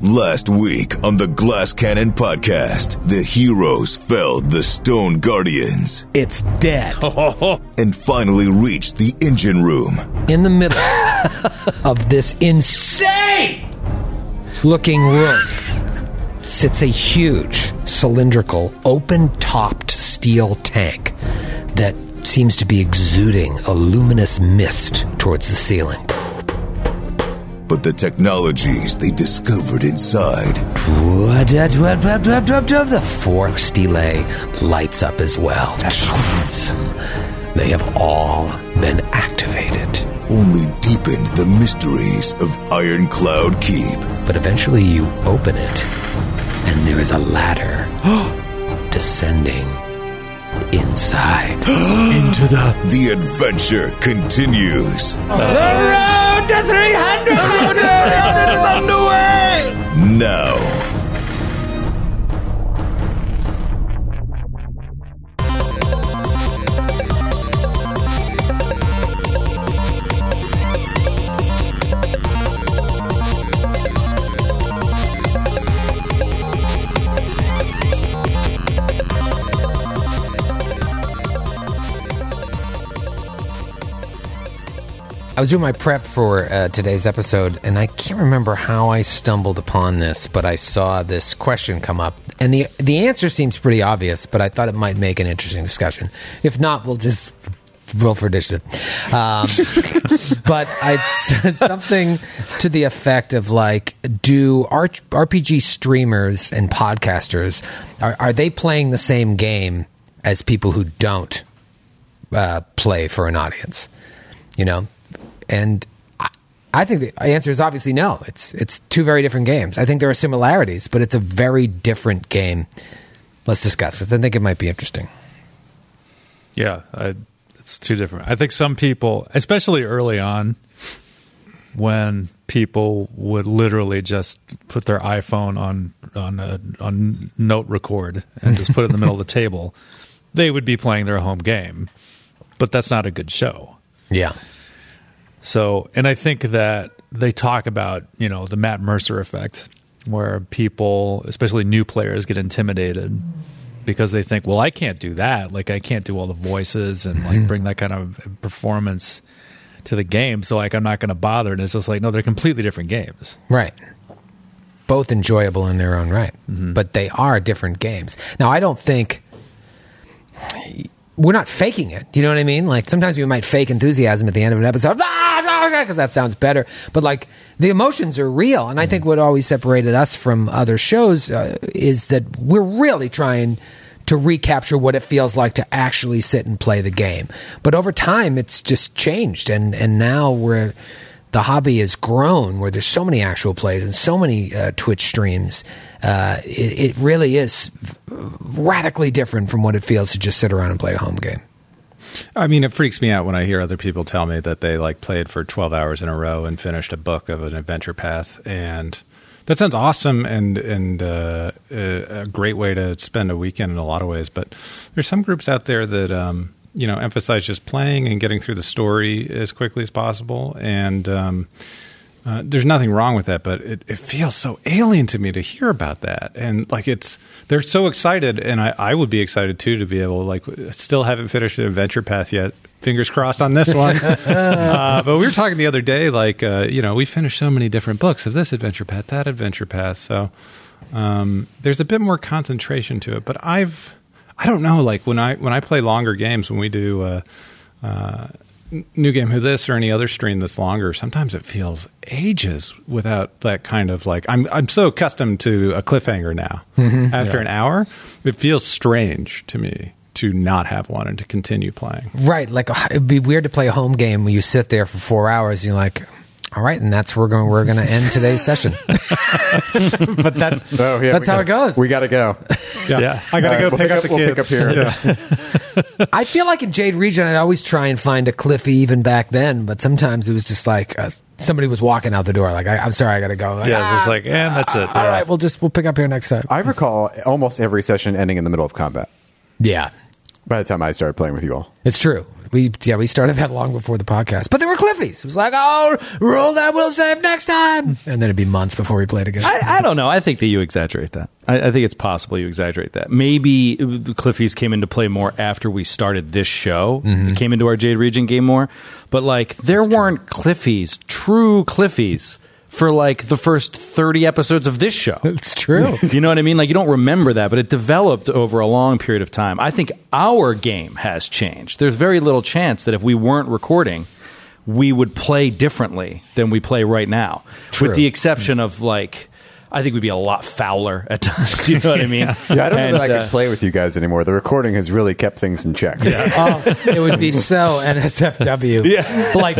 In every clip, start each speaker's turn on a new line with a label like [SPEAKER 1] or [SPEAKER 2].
[SPEAKER 1] Last week on the Glass Cannon podcast, the heroes felled the Stone Guardians
[SPEAKER 2] It's dead
[SPEAKER 1] and finally reached the engine room.
[SPEAKER 2] in the middle of this insane looking room. Sits a huge cylindrical, open topped steel tank that seems to be exuding a luminous mist towards the ceiling.
[SPEAKER 1] But the technologies they discovered inside
[SPEAKER 2] The fourth stele lights up as well. They have all been activated.
[SPEAKER 1] only deepened the mysteries of Ironclad Keep.
[SPEAKER 2] But eventually you open it, and there is a ladder descending inside.
[SPEAKER 1] Into the The adventure continues. Now.
[SPEAKER 2] I was doing my prep for uh, today's episode, and I can't remember how I stumbled upon this, but I saw this question come up, and the the answer seems pretty obvious, but I thought it might make an interesting discussion. If not, we'll just roll for initiative. Um, but I said something to the effect of like, do R- RPG streamers and podcasters are, are they playing the same game as people who don't uh, play for an audience? You know, and I, I think the answer is obviously no. It's it's two very different games. I think there are similarities, but it's a very different game. Let's discuss because I think it might be interesting.
[SPEAKER 3] Yeah, I, it's too different. I think some people, especially early on, when people would literally just put their iPhone on on a, on note record and just put it in the middle of the table, they would be playing their home game. But that's not a good show.
[SPEAKER 2] Yeah.
[SPEAKER 3] So, and I think that they talk about, you know, the Matt Mercer effect, where people, especially new players, get intimidated because they think, well, I can't do that. Like, I can't do all the voices and like bring that kind of performance to the game. So, like, I'm not going to bother. And it's just like, no, they're completely different games.
[SPEAKER 2] Right. Both enjoyable in their own right, but they are different games. Now, I don't think we're not faking it. You know what I mean? Like sometimes we might fake enthusiasm at the end of an episode Ah, because that sounds better. But like the emotions are real, and I think what always separated us from other shows uh, is that we're really trying to recapture what it feels like to actually sit and play the game. But over time, it's just changed, and and now we're the hobby has grown where there's so many actual plays and so many uh, Twitch streams. Uh, it, it really is radically different from what it feels to just sit around and play a home game.
[SPEAKER 4] I mean, it freaks me out when I hear other people tell me that they like played for 12 hours in a row and finished a book of an adventure path. And that sounds awesome and, and uh, a, a great way to spend a weekend in a lot of ways. But there's some groups out there that, um, you know, emphasize just playing and getting through the story as quickly as possible. And, um, uh, there's nothing wrong with that, but it, it feels so alien to me to hear about that. And like it's, they're so excited, and I, I would be excited too to be able to like still haven't finished an adventure path yet. Fingers crossed on this one. uh, but we were talking the other day, like uh, you know, we finished so many different books of this adventure path, that adventure path. So um, there's a bit more concentration to it. But I've, I don't know, like when I when I play longer games, when we do. Uh, new game who this or any other stream that's longer sometimes it feels ages without that kind of like i'm i'm so accustomed to a cliffhanger now after an hour it feels strange to me to not have one and to continue playing
[SPEAKER 2] Right. Like uh, it'd be weird to play a home game where you sit there for four hours. And you're like, all right, and that's where we're going. We're going to end today's session. but that's
[SPEAKER 5] Oh, yeah,
[SPEAKER 2] that's
[SPEAKER 5] we
[SPEAKER 2] how
[SPEAKER 5] got-
[SPEAKER 2] it goes.
[SPEAKER 5] We got to go.
[SPEAKER 4] yeah, i gotta go
[SPEAKER 5] All right, we'll
[SPEAKER 4] pick,
[SPEAKER 5] pick
[SPEAKER 4] up
[SPEAKER 5] up-
[SPEAKER 4] the
[SPEAKER 5] we'll
[SPEAKER 4] kids
[SPEAKER 5] pick up here.
[SPEAKER 4] Yeah.
[SPEAKER 2] I feel like in Jade Region, I'd always try and find a Cliffy even back then. But sometimes it was just like uh, somebody was walking out the door. Like I, I'm sorry, I got to go. Like,
[SPEAKER 3] Yeah, it's just
[SPEAKER 2] "Ah,
[SPEAKER 3] like, and that's it.
[SPEAKER 2] all right, we'll
[SPEAKER 5] Uh,
[SPEAKER 2] just we'll pick up here next time.
[SPEAKER 5] I recall almost every session ending in the middle of combat.
[SPEAKER 2] Yeah.
[SPEAKER 5] by the time I started playing with you all.
[SPEAKER 2] It's true. We yeah we started that long before the podcast, but there were Cliffies. It was like, oh, roll that will save next time, and then it'd be months before we played again.
[SPEAKER 6] I, I don't know. I think that you exaggerate that. I, I think it's possible you exaggerate that. Maybe the Cliffies came into play more after we started this show. It came into our Jade Region game more. But like, there weren't Cliffies, true Cliffies, for like the first 30 episodes of this show.
[SPEAKER 2] it's true.
[SPEAKER 6] You know what I mean? Like you don't remember that, but it developed over a long period of time. I think our game has changed. There's very little chance that if we weren't recording, we would play differently than we play right now.
[SPEAKER 2] True.
[SPEAKER 6] With the exception of like I think we'd be a lot fouler at times. You know what I mean?
[SPEAKER 5] Yeah, I don't know that I
[SPEAKER 6] uh,
[SPEAKER 5] could play with you guys anymore. The recording has really kept things in check.
[SPEAKER 2] Oh, it would be so NSFW. Yeah. Like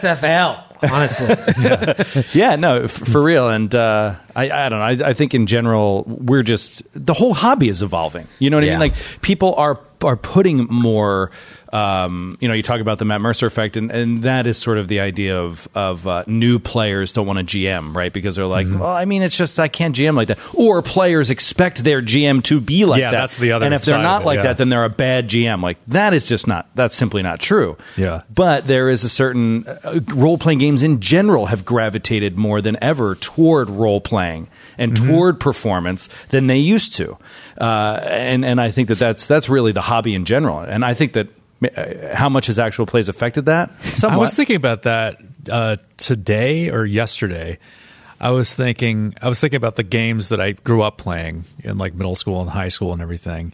[SPEAKER 2] NSFL, honestly.
[SPEAKER 6] Yeah, no, f- for real. And uh, I, I don't know. I, I think in general, we're just the whole hobby is evolving. You know what
[SPEAKER 2] Yeah.
[SPEAKER 6] I mean? Like people are are putting more. Um, you know, you talk about the Matt Mercer effect, and, and that is sort of the idea of of uh, new players don't want to GM, right? Because they're
[SPEAKER 3] Mm-hmm.
[SPEAKER 6] like, well, I mean, it's just I can't GM like that, or players expect their GM to be like
[SPEAKER 3] Yeah,
[SPEAKER 6] that.
[SPEAKER 3] that's the other
[SPEAKER 6] And if they're
[SPEAKER 3] side of
[SPEAKER 6] not
[SPEAKER 3] it,
[SPEAKER 6] like
[SPEAKER 3] yeah.
[SPEAKER 6] that, then they're a bad GM. Like that is just not. That's simply not true.
[SPEAKER 3] Yeah.
[SPEAKER 6] But there is a certain uh, role playing games in general have gravitated more than ever toward role playing and toward performance than they used to, uh, and and I think that that's that's really the hobby in general, and I think that. uh, How much has actual plays affected that? Somewhat.
[SPEAKER 3] I was thinking about that uh, today or yesterday. I was thinking I was thinking about the games that I grew up playing in like middle school and high school and everything,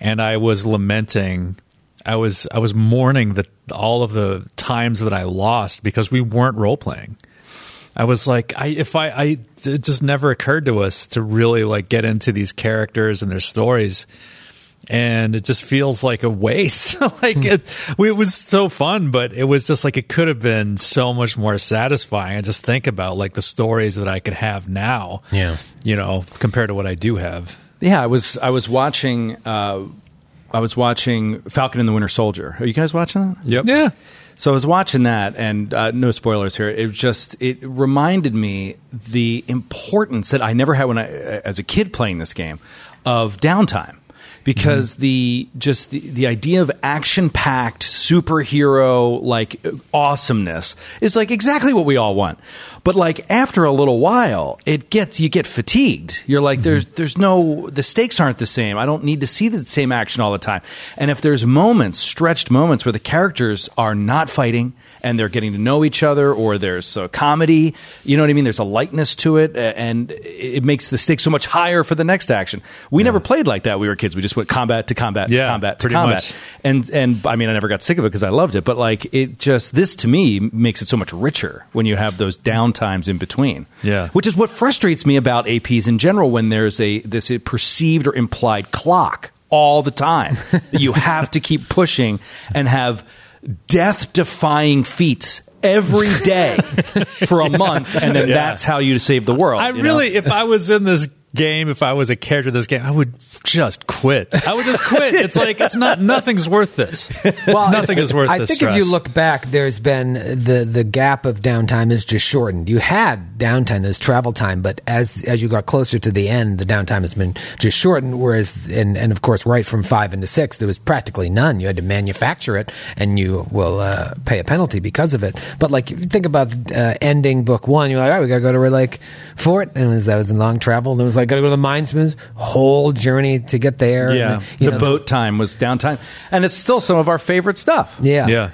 [SPEAKER 3] and I was lamenting. I was I was mourning that all of the times that I lost because we weren't role playing. I was like, I if I, I it just never occurred to us to really like get into these characters and their stories, and it just feels like a waste. like it, we- it was so fun, but it was just like it could have been so much more satisfying. I just think about like the stories that I could have now.
[SPEAKER 2] Yeah.
[SPEAKER 3] you know, compared to what I do have.
[SPEAKER 6] yeah, I was. I was watching. Uh, I was watching Falcon and the Winter Soldier. Are you guys watching that?
[SPEAKER 4] Yep.
[SPEAKER 3] Yeah,
[SPEAKER 6] So I was watching that, and uh, no spoilers here. It just it reminded me the importance that I never had when I uh, as a kid playing this game of downtime because the just the, the idea of action packed superhero like awesomeness is like exactly what we all want but like after a little while it gets you get fatigued you're like
[SPEAKER 3] Mm-hmm.
[SPEAKER 6] there's there's no the stakes aren't the same i don't need to see the same action all the time and if there's moments stretched moments where the characters are not fighting and they're getting to know each other or there's a comedy you know what i mean there's a lightness to it a- and it makes the stakes so much higher for the next action we never played like that we were kids we just went combat to combat to
[SPEAKER 3] Yeah,
[SPEAKER 6] combat to
[SPEAKER 3] pretty
[SPEAKER 6] combat
[SPEAKER 3] much.
[SPEAKER 6] and and I mean I never got sick of it because I loved it, but like it just this to me makes it so much richer when you have those down times in between.
[SPEAKER 3] Yeah.
[SPEAKER 6] which is what frustrates me about APs in general when there's a this perceived or implied clock all the time that you have to keep pushing and have death defying feats every day for a month, and then
[SPEAKER 3] Yeah.
[SPEAKER 6] that's how you save the world.
[SPEAKER 3] I
[SPEAKER 6] you know?
[SPEAKER 3] really, if I was in this game, if I was a character in this game, I would just quit. I would just quit. it's like it's not nothing's worth this. nothing is worth.
[SPEAKER 2] I
[SPEAKER 3] this
[SPEAKER 2] think
[SPEAKER 3] stress.
[SPEAKER 2] if you look back, there's been the the gap of downtime is just shortened. You had downtime, there's travel time, but as as you got closer to the end, the downtime has been just shortened. Whereas, and and of course, right from five into six, there was practically none. You had to manufacture it, and you will uh, pay a penalty because of it. But like, if you think about uh, ending book one, you're like, all right, we gotta go to Red Lake Fort, and it was, that was in long travel. And it was like, gotta go to the mines, whole journey to get there.
[SPEAKER 6] Yeah,
[SPEAKER 2] and, you
[SPEAKER 6] the
[SPEAKER 2] know,
[SPEAKER 6] boat time was downtime, and it's still some of our favorite stuff.
[SPEAKER 3] yeah,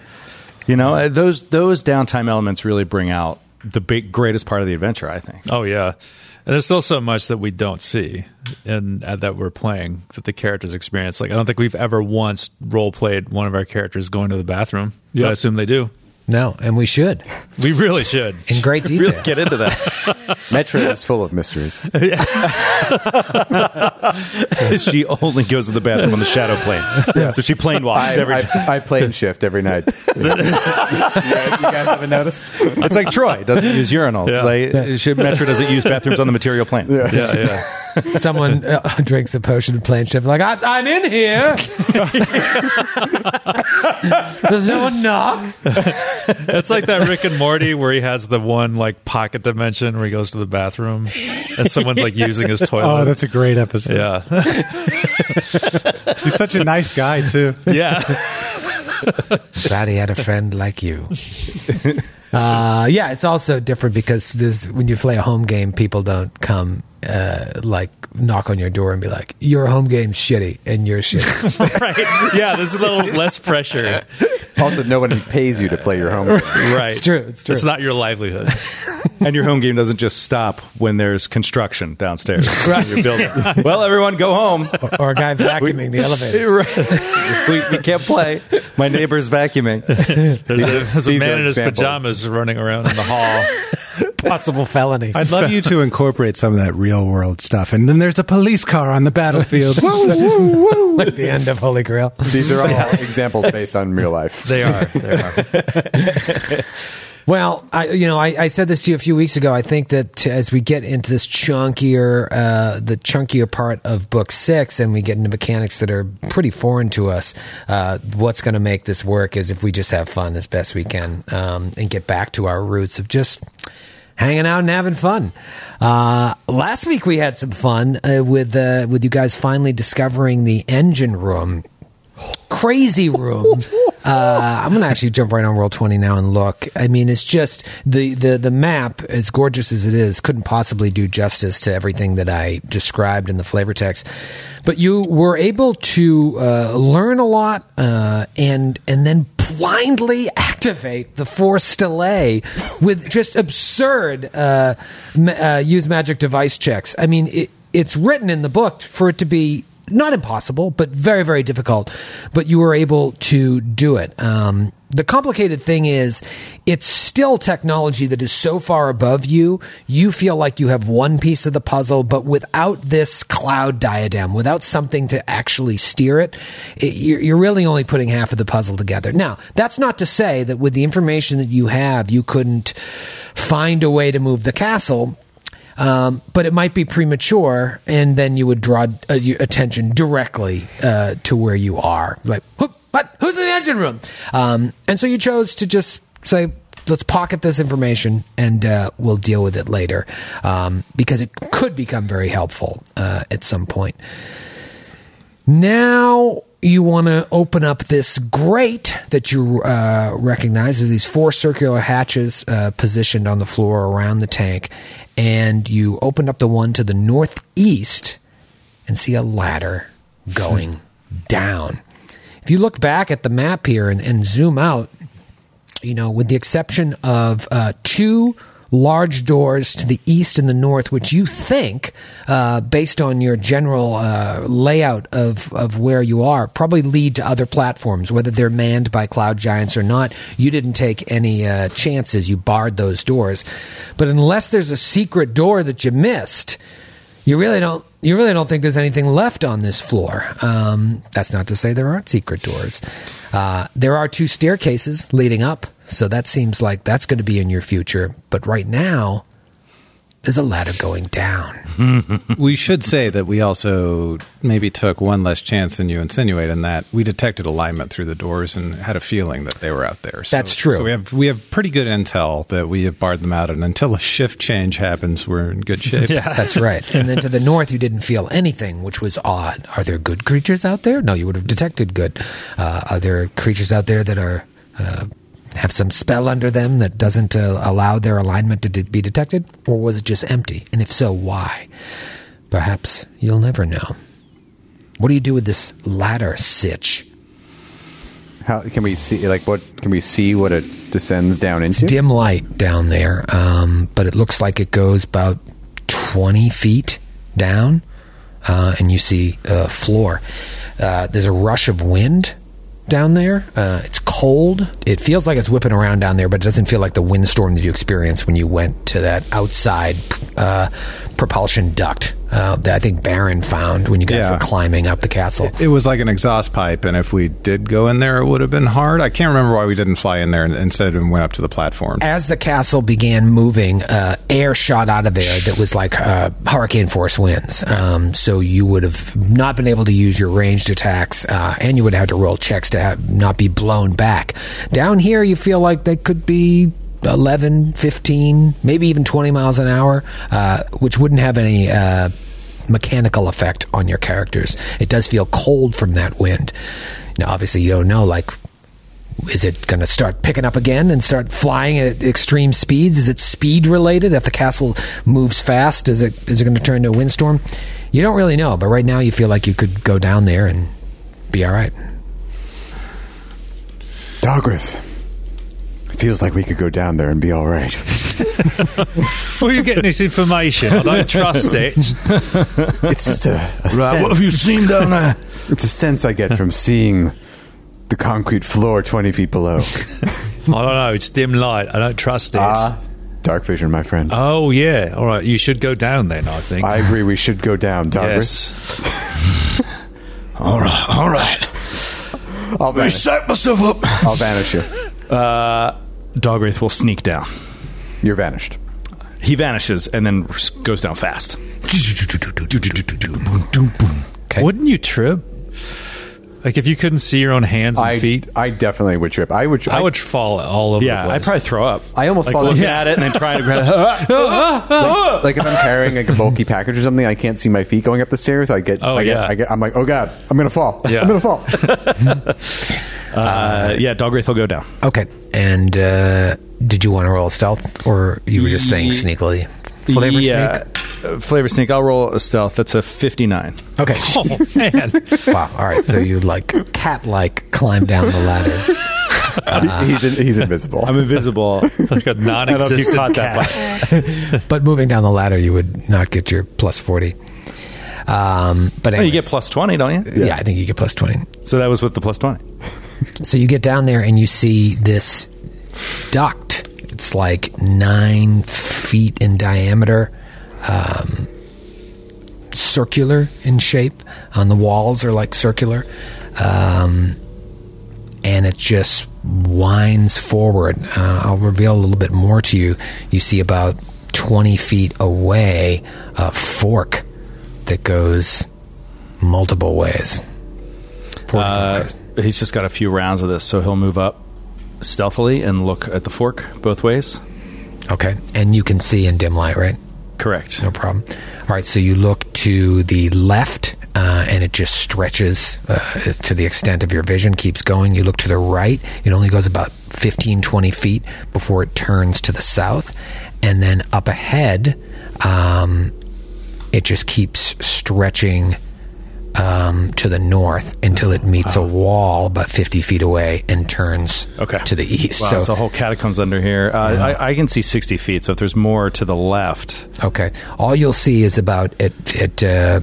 [SPEAKER 6] You know, uh, those those downtime elements really bring out the big greatest part of the adventure. I think.
[SPEAKER 3] Oh yeah, and there's still so much that we don't see and uh, that we're playing that the characters experience. Like I don't think we've ever once role played one of our characters going to the bathroom. But I
[SPEAKER 4] Yep.
[SPEAKER 3] assume they do.
[SPEAKER 2] No, and we should
[SPEAKER 3] We really should.
[SPEAKER 2] in great detail.
[SPEAKER 6] Get into that.
[SPEAKER 5] Metro is full of mysteries.
[SPEAKER 6] she only goes to the bathroom on the shadow plane, so she plane
[SPEAKER 5] I,
[SPEAKER 6] walks every
[SPEAKER 5] I,
[SPEAKER 6] time.
[SPEAKER 5] I plane shift every night. you guys you guys haven't noticed?
[SPEAKER 6] It's like Troy doesn't use urinals.
[SPEAKER 3] Yeah.
[SPEAKER 6] Like, she- Metro doesn't use bathrooms on the material plane.
[SPEAKER 3] Yeah, yeah.
[SPEAKER 2] Someone uh, drinks a potion of plain shift, like I, I'm in here. Does no one knock?
[SPEAKER 3] It's like that Rick and Morty where he has the one like pocket dimension where he goes to the bathroom and someone's like using his toilet.
[SPEAKER 4] Oh, that's a great episode.
[SPEAKER 3] yeah,
[SPEAKER 4] He's such a nice guy too.
[SPEAKER 3] yeah.
[SPEAKER 2] Glad he had a friend like you. Uh, yeah, it's also different because this, when you play a home game, people don't come uh, like knock on your door and be like, "Your home game's shitty and you're shitty."
[SPEAKER 3] right. Yeah, there's a little less pressure.
[SPEAKER 5] Also, no one pays you to play your home.
[SPEAKER 3] Right.
[SPEAKER 2] It's true, it's true.
[SPEAKER 3] It's not your livelihood.
[SPEAKER 6] and your home game doesn't just stop when there's construction downstairs. right. Your building. Well, everyone, go home.
[SPEAKER 2] or a guy vacuuming the elevator.
[SPEAKER 5] we, we can't play.
[SPEAKER 6] My neighbor's vacuuming.
[SPEAKER 3] There's a, there's a
[SPEAKER 5] These
[SPEAKER 3] man
[SPEAKER 5] are
[SPEAKER 3] in his
[SPEAKER 5] examples.
[SPEAKER 3] pajamas running around in the hall.
[SPEAKER 2] Possible felony.
[SPEAKER 4] I'd love you to incorporate some of that real world stuff. And then there's a police car on the battlefield. Woo, woo, woo.
[SPEAKER 2] like the end of Holy Grail.
[SPEAKER 5] These are all examples based on real life.
[SPEAKER 3] They are. They are.
[SPEAKER 2] Well, I, you know, I, I said this to you a few weeks ago. I think that as we get into this chunkier, uh, the chunkier part of book six, and we get into mechanics that are pretty foreign to us, uh, what's going to make this work is if we just have fun as best we can um, and get back to our roots of just hanging out and having fun. Uh, last week we had some fun uh, with uh, with you guys finally discovering the engine room crazy room. Uh, I'm gonna actually jump right on roll twenty now and look. I mean, it's just the, the the map, as gorgeous as it is, couldn't possibly do justice to everything that I described in the flavor text. But you were able to uh, learn a lot uh, and and then blindly activate the force delay with just absurd uh, ma- uh, use magic device checks. I mean, it, it's written in the book for it to be not impossible, but very, very difficult. But you were able to do it. Um, the complicated thing is, it's still technology that is so far above you, you feel like you have one piece of the puzzle, but without this cloud diadem, without something to actually steer it, it you're, you're really only putting half of the puzzle together. Now, that's not to say that with the information that you have, you couldn't find a way to move the castle um, but it might be premature, and then you would draw uh, your attention directly uh, to where you are. Like, "Whoop, what? Who's in the engine room? Um, and so you chose to just say, let's pocket this information and uh, we'll deal with it later, um, because it could become very helpful uh, at some point. Now you want to open up this grate that you uh, recognize. There's these four circular hatches uh, positioned on the floor around the tank, and you open up the one to the northeast and see a ladder going down. If you look back at the map here and, and zoom out, you know, with the exception of uh, two large doors to the east and the north, which you think, uh, based on your general uh, layout of, of where you are, probably lead to other platforms, whether they're manned by cloud giants or not. You didn't take any uh, chances. You barred those doors. But unless there's a secret door that you missed, you really don't you really don't think there's anything left on this floor. Um, that's not to say there aren't secret doors. Uh, there are two staircases leading up, so that seems like that's going to be in your future. But right now, there's a ladder going down.
[SPEAKER 4] we should say that we also maybe took one less chance than you insinuate in that we detected alignment through the doors and had a feeling that they were out there. So,
[SPEAKER 2] That's true.
[SPEAKER 4] So we have we have pretty good intel that we have barred them out, and until a shift change happens, we're in good shape. yeah.
[SPEAKER 2] That's right. And then to the north, you didn't feel anything, which was odd. Are there good creatures out there? No, you would have detected good. Uh, are there creatures out there that are uh, have some spell under them that doesn't uh, allow their alignment to de- be detected, or was it just empty? And if so, why? Perhaps you'll never know. What do you do with this ladder sitch?
[SPEAKER 5] How can we see? Like, what can we see? What it descends down
[SPEAKER 2] It's
[SPEAKER 5] into?
[SPEAKER 2] dim light down there, um, but it looks like it goes about 20 feet down, uh, and you see a floor. Uh, there's a rush of wind down there. Uh, it's cold. It feels like it's whipping around down there, but it doesn't feel like the windstorm that you experienced when you went to that outside uh, propulsion duct uh, that I think Baron found when you guys
[SPEAKER 4] Yeah.
[SPEAKER 2] were climbing up the castle.
[SPEAKER 4] It was like an exhaust pipe, and if we did go in there, it would have been hard. I can't remember why we didn't fly in there and instead we went up to the platform.
[SPEAKER 2] as the castle began moving, uh, air shot out of there that was like uh, hurricane force winds. Um, so you would have not been able to use your ranged attacks, uh, and you would have had to roll checks to have, not be blown back. Down here, you feel like they could be 11, 15, maybe even 20 miles an hour, uh, which wouldn't have any. Uh, mechanical effect on your characters it does feel cold from that wind now obviously you don't know like is it going to start picking up again and start flying at extreme speeds? Is it speed related? If the castle moves fast, is it is it going to turn into a windstorm? You don't really know, but right now you feel like you could go down there and be all right.
[SPEAKER 5] Dogrith. It feels like we could go down there and be all right.
[SPEAKER 3] Where are you getting this information? I don't trust it.
[SPEAKER 5] It's just a, a sense.
[SPEAKER 6] have you seen down there?
[SPEAKER 5] It's a sense I get from seeing the concrete floor 20 feet below.
[SPEAKER 3] I don't know. It's dim light. I don't trust it.
[SPEAKER 5] Ah. dark vision, my friend.
[SPEAKER 3] oh yeah. All right. You should go down then. I think.
[SPEAKER 5] I agree. We should go down, Dogrith.
[SPEAKER 3] yes.
[SPEAKER 6] all right, all right.
[SPEAKER 5] I'll,
[SPEAKER 6] I
[SPEAKER 5] vanish.
[SPEAKER 6] set myself up.
[SPEAKER 5] I'll vanish you.
[SPEAKER 6] Dogwraith will sneak down.
[SPEAKER 5] You're vanished.
[SPEAKER 6] He vanishes and then goes down fast.
[SPEAKER 2] Okay.
[SPEAKER 3] Wouldn't you trip? Like if you couldn't see your own hands and
[SPEAKER 5] I,
[SPEAKER 3] feet,
[SPEAKER 5] I definitely would trip. I would.
[SPEAKER 3] I, would fall all over.
[SPEAKER 6] Yeah,
[SPEAKER 3] the
[SPEAKER 6] I
[SPEAKER 3] place.
[SPEAKER 6] probably throw up.
[SPEAKER 5] I almost
[SPEAKER 6] like
[SPEAKER 5] fall
[SPEAKER 6] look
[SPEAKER 5] over.
[SPEAKER 6] at it and then try to grab. it.
[SPEAKER 5] like, like if I'm carrying like a bulky package or something, I can't see my feet going up the stairs. I get.
[SPEAKER 3] Oh,
[SPEAKER 5] I get,
[SPEAKER 3] yeah.
[SPEAKER 5] I get, I'm like, oh god, I'm gonna fall.
[SPEAKER 3] Yeah.
[SPEAKER 5] I'm gonna fall.
[SPEAKER 6] Uh, yeah, Dogwraith will go down.
[SPEAKER 2] Okay. And uh, did you want to roll stealth, or you were just saying
[SPEAKER 6] Ye-
[SPEAKER 2] sneakily? Flavor
[SPEAKER 6] yeah, Uh, flavor sneak. I'll roll a stealth. That's a fifty-nine.
[SPEAKER 2] sneak. Okay.
[SPEAKER 3] Oh man.
[SPEAKER 2] wow. All right. So you like cat like climb down the ladder.
[SPEAKER 5] he's in, he's invisible.
[SPEAKER 6] I'm invisible.
[SPEAKER 3] like a non-existent
[SPEAKER 6] caught that
[SPEAKER 3] cat.
[SPEAKER 2] But moving down the ladder, you would not get your plus forty. Um, but
[SPEAKER 6] Oh, you
[SPEAKER 2] anyways.
[SPEAKER 6] get plus twenty, don't you?
[SPEAKER 2] yeah. I think you get plus 20.
[SPEAKER 6] So that was with the plus twenty.
[SPEAKER 2] So you get down there and you see this duct. It's like nine feet in diameter, um, circular in shape. On the walls are like circular. Um, and it just winds forward. Uh, I'll reveal a little bit more to you. You see about 20 feet away a fork that goes multiple ways. Four different
[SPEAKER 6] Uh,
[SPEAKER 2] ways.
[SPEAKER 6] he's just got a few rounds of this, so he'll move up stealthily and look at the fork both ways.
[SPEAKER 2] Okay. And you can see in dim light, right?
[SPEAKER 6] Correct.
[SPEAKER 2] No problem. All right. So you look to the left, uh, and it just stretches uh, to the extent of your vision, keeps going. You look to the right, it only goes about 15, 20 feet before it turns to the south. And then up ahead, um, it just keeps stretching um, to the north until it meets a wall about 50 feet away and turns
[SPEAKER 6] Okay.
[SPEAKER 2] to the east.
[SPEAKER 6] Wow, so, the whole catacombs under here. Uh, I, I can see sixty feet. So if there's more to the left,
[SPEAKER 2] Okay. All you'll see is about at at uh,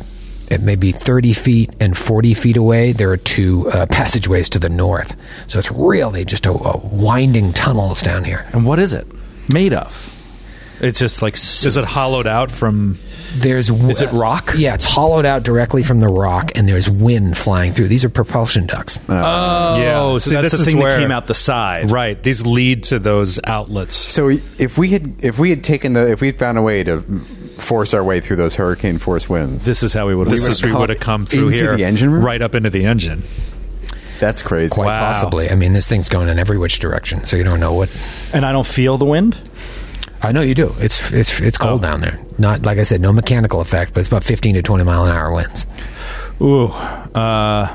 [SPEAKER 2] at maybe thirty feet and forty feet away. There are two uh, passageways to the north, so it's really just a, a winding tunnels down here.
[SPEAKER 6] and what is it made of? It's just like s-
[SPEAKER 3] Is it hollowed out from?
[SPEAKER 2] There's
[SPEAKER 6] Is it rock?
[SPEAKER 2] Yeah, it's hollowed out directly from the rock, and there's wind flying through. These are propulsion ducts.
[SPEAKER 6] oh,
[SPEAKER 3] Yeah,
[SPEAKER 6] so
[SPEAKER 3] see,
[SPEAKER 6] that's
[SPEAKER 3] this
[SPEAKER 6] the
[SPEAKER 3] is
[SPEAKER 6] thing
[SPEAKER 3] where-
[SPEAKER 6] that came out the side.
[SPEAKER 3] Right. These lead to those outlets.
[SPEAKER 5] So if we had if we had taken the if we had found a way to force our way through those hurricane force winds,
[SPEAKER 6] This is how we would.
[SPEAKER 3] This is we
[SPEAKER 5] come
[SPEAKER 3] would have come through
[SPEAKER 5] into
[SPEAKER 3] here,
[SPEAKER 5] the engine room?
[SPEAKER 3] right up into the engine.
[SPEAKER 5] that's crazy.
[SPEAKER 2] Quite
[SPEAKER 3] Wow.
[SPEAKER 2] possibly. I mean, this thing's going in every which direction, so you don't know what.
[SPEAKER 6] and I don't feel the wind.
[SPEAKER 2] I know you do. It's it's it's cold
[SPEAKER 6] Oh.
[SPEAKER 2] down there. Not like I said, no mechanical effect, but it's about fifteen to twenty mile an hour winds.
[SPEAKER 6] Ooh. Uh,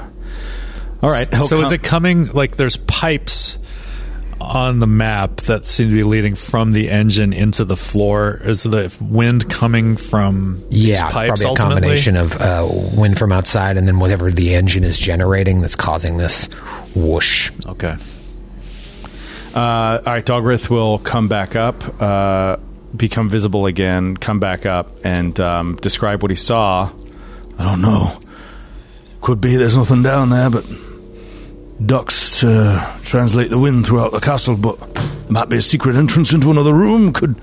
[SPEAKER 6] all right. he'll
[SPEAKER 3] so is
[SPEAKER 6] come-
[SPEAKER 3] it coming? Like there's pipes on the map that seem to be leading from the engine into the floor. Is the wind coming from these
[SPEAKER 2] Yeah, it's
[SPEAKER 3] pipes
[SPEAKER 2] probably a
[SPEAKER 3] ultimately?
[SPEAKER 2] combination of uh, wind from outside and then whatever the engine is generating that's causing this whoosh.
[SPEAKER 3] Okay.
[SPEAKER 6] Uh, all right, Dogrith will come back up, uh, become visible again, come back up, and um, describe what he saw. I don't know.
[SPEAKER 7] Could be there's nothing down there, but uh, ducks to translate the wind throughout the castle. But there might be a secret entrance into another room. Could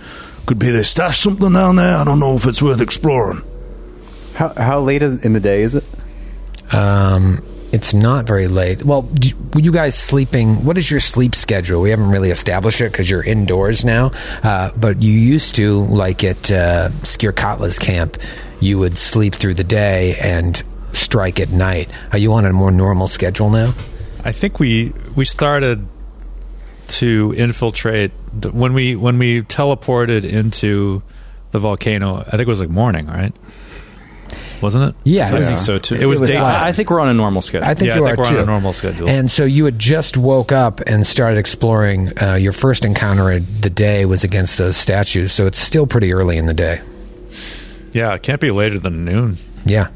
[SPEAKER 7] Could be they stashed something down there. I don't know if it's worth exploring.
[SPEAKER 5] How, how late in the day is it?
[SPEAKER 2] Um, it's not very late. Well, do, were you guys sleeping? What is your sleep schedule? We haven't really established it because you're indoors now. Uh, but you used to, like at uh, Skirkatla's camp, you would sleep through the day and strike at night. Are you on a more normal schedule now?
[SPEAKER 3] I think we we started to infiltrate the, when we when we teleported into the volcano. I think it was like morning, right? Wasn't it?
[SPEAKER 2] Yeah, it was-
[SPEAKER 3] so too. It
[SPEAKER 2] it
[SPEAKER 3] was,
[SPEAKER 2] was-
[SPEAKER 3] daytime.
[SPEAKER 6] I, I think we're on a normal schedule.
[SPEAKER 2] I think
[SPEAKER 3] Yeah, I
[SPEAKER 2] you
[SPEAKER 3] think
[SPEAKER 2] are
[SPEAKER 3] we're on
[SPEAKER 2] too.
[SPEAKER 3] a normal schedule.
[SPEAKER 2] And so you had just woke up and started exploring. Uh, your first encounter of the day was against those statues, so it's still pretty early in the day.
[SPEAKER 3] yeah, it can't be later than noon.
[SPEAKER 2] Yeah.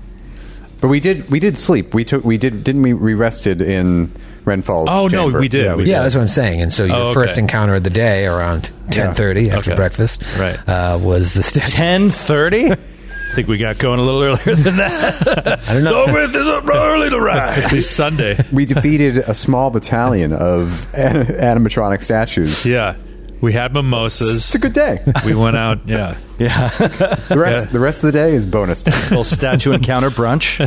[SPEAKER 5] But we did we did sleep. We took we did didn't we we rested in Renfall's.
[SPEAKER 3] Oh, no,
[SPEAKER 5] chamber?
[SPEAKER 3] we did. We
[SPEAKER 2] Yeah, that's what I'm saying. And so your
[SPEAKER 3] okay.
[SPEAKER 2] first encounter of the day around 10:30 after
[SPEAKER 3] Okay.
[SPEAKER 2] breakfast
[SPEAKER 3] Right.
[SPEAKER 2] uh, was the statue.
[SPEAKER 6] ten thirty.
[SPEAKER 3] I think we got going a little earlier than that.
[SPEAKER 2] I don't know.
[SPEAKER 7] Oh, wait, there's up early to rise.
[SPEAKER 3] At least Sunday.
[SPEAKER 5] We defeated a small battalion of an- animatronic statues.
[SPEAKER 3] Yeah, we had
[SPEAKER 5] It's a
[SPEAKER 3] mimosas.
[SPEAKER 5] good day.
[SPEAKER 3] We went out. Yeah,
[SPEAKER 5] The rest the rest of the day is bonus. Time.
[SPEAKER 6] little statue encounter brunch.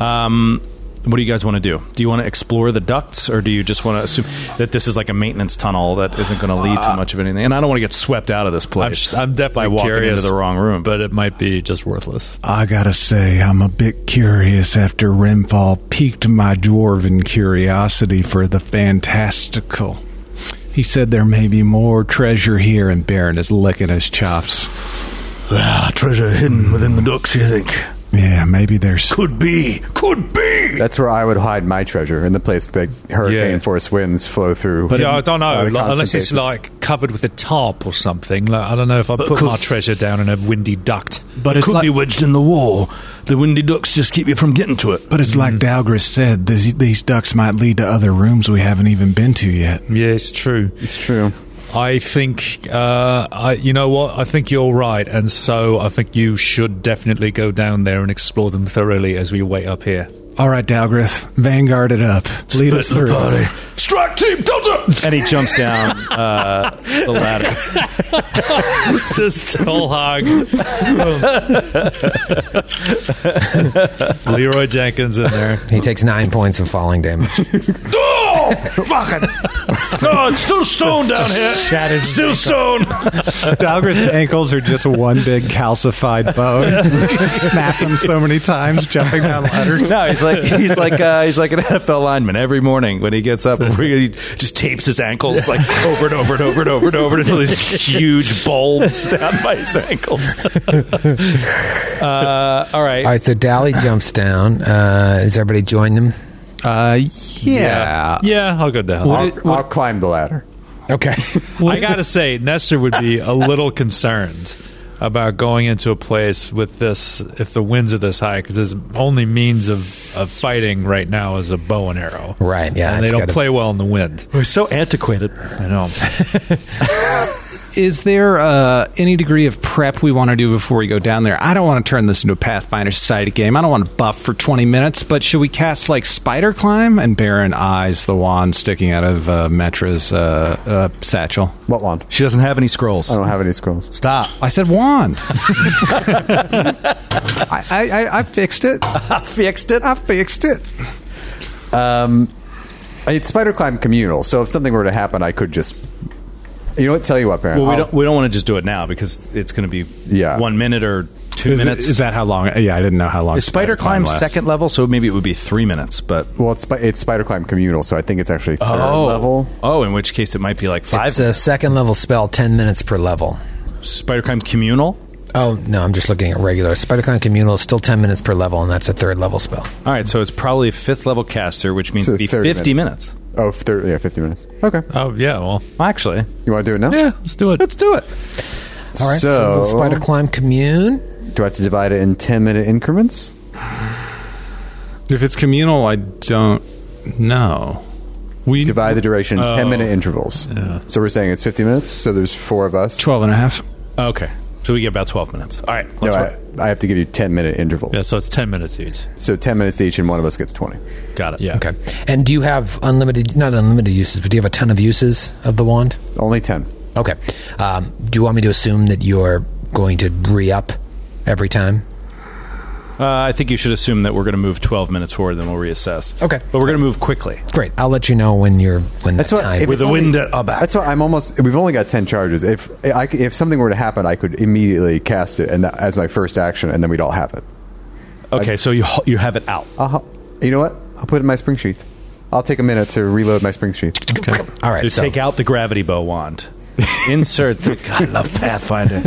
[SPEAKER 6] um, what do you guys want to do? Do you want to explore the ducts, or do you just want to assume that this is like a maintenance tunnel that isn't going to lead to much of anything? And I don't want to get swept out of this place.
[SPEAKER 3] Uh, I'm- I'm definitely
[SPEAKER 6] by walking
[SPEAKER 3] curious.
[SPEAKER 6] into the wrong room. But
[SPEAKER 3] but it might be just worthless.
[SPEAKER 8] I gotta say, I'm a bit curious after Renfall piqued my dwarven curiosity for the fantastical. He said there may be more treasure here, and Baron is licking his chops.
[SPEAKER 7] ah, treasure hidden within the ducks, you think?
[SPEAKER 8] Yeah, maybe there's.
[SPEAKER 7] Could be. Could be.
[SPEAKER 5] That's where I would hide my treasure in the place that hurricane
[SPEAKER 3] Yeah.
[SPEAKER 5] force winds flow through.
[SPEAKER 3] But Oh, yeah, I don't know.
[SPEAKER 5] on a
[SPEAKER 3] like,
[SPEAKER 5] constant
[SPEAKER 3] unless it's
[SPEAKER 5] basis.
[SPEAKER 3] like covered with a tarp or something. Like, I don't know if I put
[SPEAKER 7] cool.
[SPEAKER 3] my treasure down in a windy duct.
[SPEAKER 7] But it could be wedged in the wall. The windy ducks just keep you from getting to it.
[SPEAKER 8] But it's
[SPEAKER 7] Mm.
[SPEAKER 8] like Dalgris said, these, these ducks might lead to other rooms we haven't even been to yet.
[SPEAKER 3] Yeah, it's true.
[SPEAKER 5] it's true.
[SPEAKER 3] I think, uh, I, you know what? I think you're right. And so I think you should definitely go down there and explore them thoroughly as we wait up here.
[SPEAKER 8] All right, Dalgrith, vanguard it up. Lead us
[SPEAKER 7] Split the
[SPEAKER 8] through.
[SPEAKER 7] party. Strike team, Delta!
[SPEAKER 6] and he jumps down uh, the ladder.
[SPEAKER 3] Just tall hog. Leroy Jenkins in there.
[SPEAKER 2] He takes 9 points of falling damage.
[SPEAKER 7] Oh, fuck it. No, it's still stone down here. Still stone.
[SPEAKER 4] Dalgrith's ankles are just one big calcified bone. Snapped them so many times jumping down ladders.
[SPEAKER 6] No, he's like he's like uh, he's like an NFL lineman. Every morning when he gets up, he just tapes his ankles like over and over and over and over and over until these huge bulbs down by his ankles. Uh, all right.
[SPEAKER 2] All right, so Dally jumps down. Uh, has everybody joined him?
[SPEAKER 4] Uh,
[SPEAKER 5] Yeah.
[SPEAKER 3] Yeah, I'll go down.
[SPEAKER 5] I'll, I'll climb the ladder.
[SPEAKER 2] Okay.
[SPEAKER 3] I gotta say, Nestor would be a little concerned about going into a place with this if the winds are this high because his only means of, of fighting right now is a bow and arrow.
[SPEAKER 2] Right, yeah,
[SPEAKER 3] and they
[SPEAKER 2] it's
[SPEAKER 3] don't
[SPEAKER 2] gotta-
[SPEAKER 3] play well in the wind.
[SPEAKER 6] We're so antiquated.
[SPEAKER 3] I know.
[SPEAKER 4] Is there uh, any degree of prep we want to do before we go down there? I don't want to turn this into a Pathfinder Society game. I don't want to buff for 20 minutes, but should we cast like Spider Climb? And Baron eyes the wand sticking out of uh, Metra's uh, uh, satchel.
[SPEAKER 5] What wand?
[SPEAKER 6] She doesn't have any scrolls.
[SPEAKER 5] I don't have any scrolls.
[SPEAKER 6] Stop.
[SPEAKER 4] I said wand. I, I, I- I fixed it. I fixed it. I fixed it.
[SPEAKER 5] It's spider climb communal, so if something were to happen, I could just. You know what? Tell you what, Baron.
[SPEAKER 6] Well, we
[SPEAKER 5] I'll-
[SPEAKER 6] don't we don't want to just do it now because it's going to be
[SPEAKER 5] Yeah.
[SPEAKER 6] one minute or two
[SPEAKER 4] Is,
[SPEAKER 6] minutes.
[SPEAKER 4] is that how long? Yeah, I didn't know how long.
[SPEAKER 6] Is spider climb
[SPEAKER 4] lasts.
[SPEAKER 6] second level? So maybe it would be three minutes, but.
[SPEAKER 5] Well, it's, spi- it's spider climb communal, so I think it's actually third level.
[SPEAKER 6] oh! In which case, it might be like five.
[SPEAKER 2] it's a second level spell, 10 minutes per level.
[SPEAKER 6] spider climb communal.
[SPEAKER 2] Oh, no, I'm just looking at regular. Spider-Con Communal is still 10 minutes per level, and that's a third level spell.
[SPEAKER 6] All right, so it's probably a fifth level caster, which means
[SPEAKER 5] So
[SPEAKER 6] it'd be
[SPEAKER 5] 30
[SPEAKER 6] fifty minutes.
[SPEAKER 5] Oh, third, yeah, fifty minutes. Okay,
[SPEAKER 3] Oh yeah, well
[SPEAKER 6] Well, actually,
[SPEAKER 5] you want to do it now?
[SPEAKER 3] yeah, let's do it.
[SPEAKER 5] let's do it.
[SPEAKER 2] All right,
[SPEAKER 5] So,
[SPEAKER 2] so Spider Climb Commune.
[SPEAKER 5] do I have to divide it in ten minute increments?
[SPEAKER 4] If it's communal, I don't know. We
[SPEAKER 5] Divide the duration
[SPEAKER 6] Oh.
[SPEAKER 5] in ten minute intervals. So we're saying it's fifty minutes. So there's four of us.
[SPEAKER 4] 12 and a half.
[SPEAKER 6] okay, so we get about twelve minutes. All right,
[SPEAKER 5] No,
[SPEAKER 6] let's
[SPEAKER 5] I, I have to give you ten minute intervals.
[SPEAKER 3] Yeah, so it's ten minutes each.
[SPEAKER 5] So ten minutes each, and one of us gets twenty.
[SPEAKER 6] work. got it.
[SPEAKER 3] Yeah.
[SPEAKER 2] Okay. And do you have unlimited, not unlimited uses, but do you have a ton of uses of the wand?
[SPEAKER 5] Only ten.
[SPEAKER 2] Okay. Um, do you want me to assume that you're going to re up every time?
[SPEAKER 6] Uh, I think you should assume that we're going to move 12 minutes forward, then we'll reassess.
[SPEAKER 2] Okay.
[SPEAKER 6] But we're going to move quickly.
[SPEAKER 2] Great. I'll let you know when you're when
[SPEAKER 5] That's
[SPEAKER 2] that
[SPEAKER 5] what
[SPEAKER 2] time.
[SPEAKER 5] if
[SPEAKER 7] With
[SPEAKER 5] it's
[SPEAKER 7] the wind
[SPEAKER 5] only-
[SPEAKER 7] at our back.
[SPEAKER 5] That's why I'm almost. We've only got ten charges. If I, c- if something were to happen, I could immediately cast it and that, as my first action, and then we'd all have it.
[SPEAKER 6] Okay, so you you have it out.
[SPEAKER 5] I'll, ho- you know what? I'll put it in my spring sheath. I'll take a minute to reload my spring sheath.
[SPEAKER 2] All right.
[SPEAKER 6] You
[SPEAKER 2] so-
[SPEAKER 6] take out the gravity bow wand. Insert the. God, I love Pathfinder.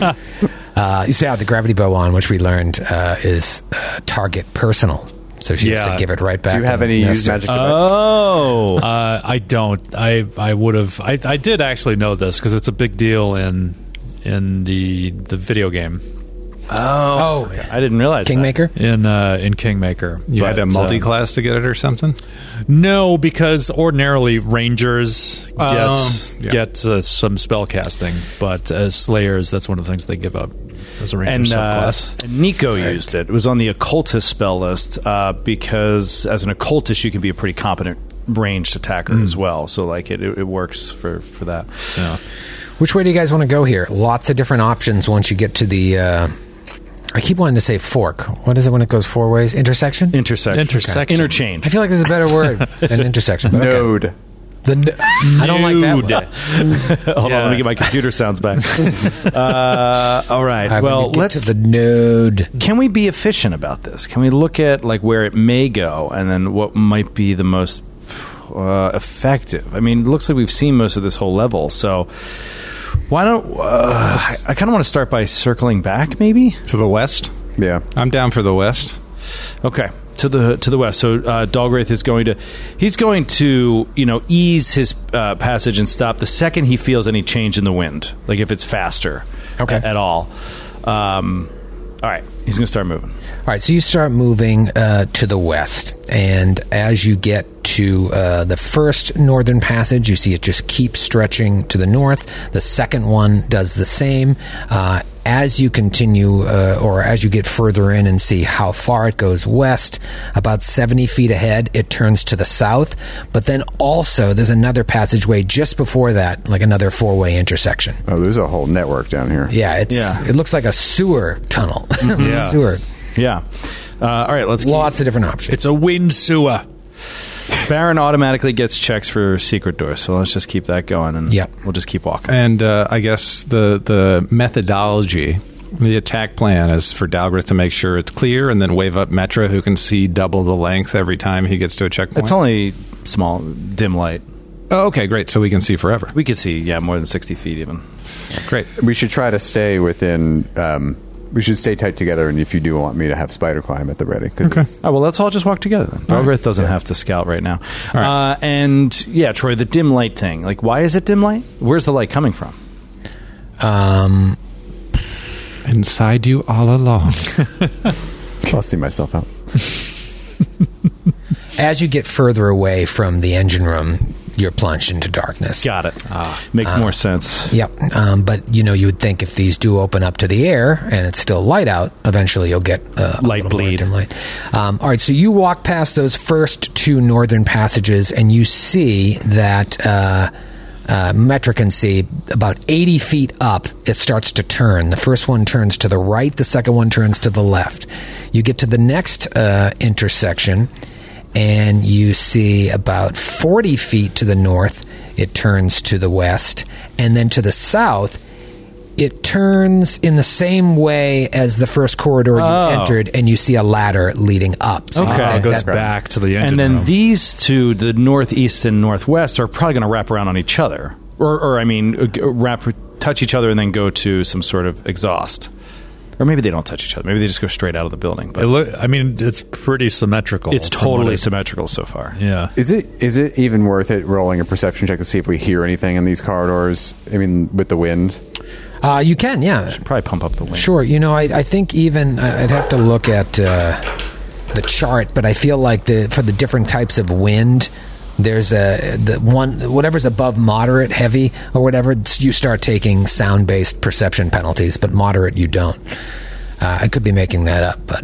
[SPEAKER 2] Uh, you say out the gravity bow on, which we learned uh, is uh, target personal. So she has
[SPEAKER 3] Yeah.
[SPEAKER 2] to give it right back.
[SPEAKER 5] Do you
[SPEAKER 2] to
[SPEAKER 5] have any used
[SPEAKER 2] Nesta.
[SPEAKER 5] magic device?
[SPEAKER 6] oh.
[SPEAKER 3] Uh, I don't. I I would have. I, I did actually know this because it's a big deal in in the the video game
[SPEAKER 2] Oh, yeah.
[SPEAKER 6] I didn't realize that.
[SPEAKER 2] Kingmaker.
[SPEAKER 3] in uh, in Kingmaker.
[SPEAKER 4] You had
[SPEAKER 3] But,
[SPEAKER 4] a
[SPEAKER 3] um,
[SPEAKER 4] multi class to get it or something?
[SPEAKER 3] no, because ordinarily rangers get
[SPEAKER 4] Um, yeah.
[SPEAKER 3] get uh, some spell casting, but as slayers, that's one of the things they give up as a ranger
[SPEAKER 6] And uh,
[SPEAKER 3] subclass.
[SPEAKER 6] Nico used it. It was on the occultist spell list uh, because, as an occultist, you can be a pretty competent ranged attacker
[SPEAKER 2] Hmm.
[SPEAKER 6] as well. So, like, it, it it works for, for that.
[SPEAKER 2] Which way do you guys want to go here? Lots of different options once you get to the. Uh, I keep wanting to say fork. What is it when it goes four ways? Intersection.
[SPEAKER 6] Intersection.
[SPEAKER 3] Intersection.
[SPEAKER 6] Interchange.
[SPEAKER 2] I feel like there's a better word than intersection. But okay.
[SPEAKER 5] Node.
[SPEAKER 2] The n- I don't like that. One.
[SPEAKER 6] Hold on,
[SPEAKER 3] Yeah.
[SPEAKER 6] let me get my computer sounds back. uh, all right.
[SPEAKER 2] All right,
[SPEAKER 6] well,
[SPEAKER 2] we get
[SPEAKER 6] let's.
[SPEAKER 2] to the node.
[SPEAKER 6] can we be efficient about this? Can we look at like where it may go, and then what might be the most uh, effective? I mean, it looks like we've seen most of this whole level, so why don't uh, I, I kind of want to start by circling back, maybe?
[SPEAKER 4] To the west?
[SPEAKER 5] Yeah.
[SPEAKER 4] I'm down for the west.
[SPEAKER 6] Okay. To the to the west. So uh, Dalgraith is going to he's going to you know ease his uh, passage and stop the second he feels any change in the wind, like if it's faster,
[SPEAKER 2] Okay.
[SPEAKER 6] a- at all. Um, all right, he's going to start moving.
[SPEAKER 2] All right, so you start moving uh, to the west, and as you get to uh, the first northern passage, you see it just keeps stretching to the north. The second one does the same. Uh, as you continue, uh, or as you get further in and see how far it goes west, about 70 feet ahead, it turns to the south. But then also, there's another passageway just before that, like another four way intersection.
[SPEAKER 5] Oh, there's a whole network down here.
[SPEAKER 2] Yeah, it's,
[SPEAKER 6] Yeah.
[SPEAKER 2] it looks like a sewer tunnel.
[SPEAKER 3] Mm-hmm.
[SPEAKER 2] sewer.
[SPEAKER 6] Yeah. Uh, all right, let's. Keep.
[SPEAKER 2] Lots of different options.
[SPEAKER 3] It's a wind sewer.
[SPEAKER 6] Baron automatically gets checks for secret doors, so let's just keep that going, and
[SPEAKER 2] Yep.
[SPEAKER 6] we'll just keep walking.
[SPEAKER 4] And uh, I guess the the methodology, the attack plan is for Dalgrith to make sure it's clear and then wave up Metra, who can see double the length every time he gets to a checkpoint.
[SPEAKER 6] It's only small, dim light.
[SPEAKER 4] oh, okay, great. So we can see forever.
[SPEAKER 6] We could see, yeah, more than sixty feet even.
[SPEAKER 4] Great.
[SPEAKER 5] We should try to stay within. Um, we should stay tight together. And if you do want me to have spider climb at the ready, because
[SPEAKER 6] Oh, well, let's all just walk together. Then. Dalgrith doesn't have to scout right now.
[SPEAKER 4] right.
[SPEAKER 6] Uh, and yeah, Troy, the dim light thing. Like, why is it dim light? Where's the light coming from?
[SPEAKER 2] Um,
[SPEAKER 4] Inside you all along.
[SPEAKER 5] I'll see myself out.
[SPEAKER 2] as you get further away from the engine room, you're plunged into darkness.
[SPEAKER 6] Got it. Makes more sense.
[SPEAKER 2] Yep. Um, but you know, you would think if these do open up to the air and it's still light out, eventually you'll get uh, a little
[SPEAKER 6] Light
[SPEAKER 2] more
[SPEAKER 6] bleed.
[SPEAKER 2] dim light. Um, all right. So you walk past those first two northern passages, and you see that uh, uh, Metra can see about eighty feet up. It starts to turn. The first one turns to the right. The second one turns to the left. You get to the next uh, intersection. And you see about 40 feet to the north, it turns to the west. And then to the south, it turns in the same way as the first corridor you entered, and you see a ladder leading up. So you
[SPEAKER 6] Okay.
[SPEAKER 2] think
[SPEAKER 6] Ah,
[SPEAKER 3] Oh. Uh, It goes
[SPEAKER 2] that-
[SPEAKER 3] back to the engine.
[SPEAKER 6] And then
[SPEAKER 3] room.
[SPEAKER 6] these two, the northeast and northwest, are probably going to wrap around on each other, or, or I mean, uh, g- wrap, touch each other, and then go to some sort of exhaust. Or maybe they don't touch each other. Maybe they just go straight out of the building.
[SPEAKER 3] It
[SPEAKER 6] But
[SPEAKER 3] look, I mean, it's pretty symmetrical.
[SPEAKER 6] it's
[SPEAKER 3] from what
[SPEAKER 6] totally
[SPEAKER 3] I-
[SPEAKER 6] symmetrical so far.
[SPEAKER 3] Yeah.
[SPEAKER 5] Is it is it even worth it rolling a perception check to see if we hear anything in these corridors? I mean, with the wind.
[SPEAKER 2] Uh, you can, yeah.
[SPEAKER 6] Probably pump up the wind.
[SPEAKER 2] Sure. You know, I, I think even I- I'd have to look at uh, the chart, but I feel like the for the different types of wind, there's a the one whatever's above moderate, heavy, or whatever, it's- you start taking sound based perception penalties, but moderate you don't. Uh, I could be making that up, but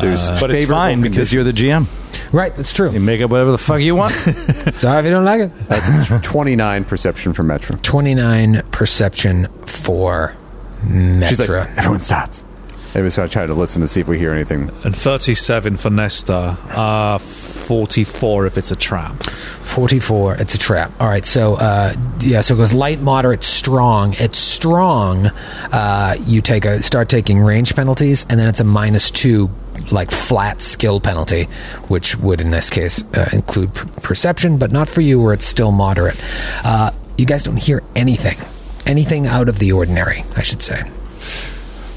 [SPEAKER 5] There's
[SPEAKER 6] But it's fine Uh, because you're the GM.
[SPEAKER 2] Right, that's
[SPEAKER 6] You
[SPEAKER 2] true.
[SPEAKER 6] make up whatever the fuck you want.
[SPEAKER 2] Sorry if you don't like it.
[SPEAKER 5] That's 29 perception for Metro.
[SPEAKER 2] 29 perception for Metra.
[SPEAKER 5] She's like, everyone stop. Every so I try to listen to see if we hear anything.
[SPEAKER 3] And 37 for Nesta. Uh, 44 if it's a trap.
[SPEAKER 2] 44. It's a trap. All right. So, uh, yeah, so it goes light, moderate, strong. It's strong. Uh, you take a start taking range penalties, and then it's a minus two, like flat skill penalty, which would in this case uh, include per- perception, but not for you where it's still moderate. Uh, you guys don't hear anything. Anything out of the ordinary, I should say.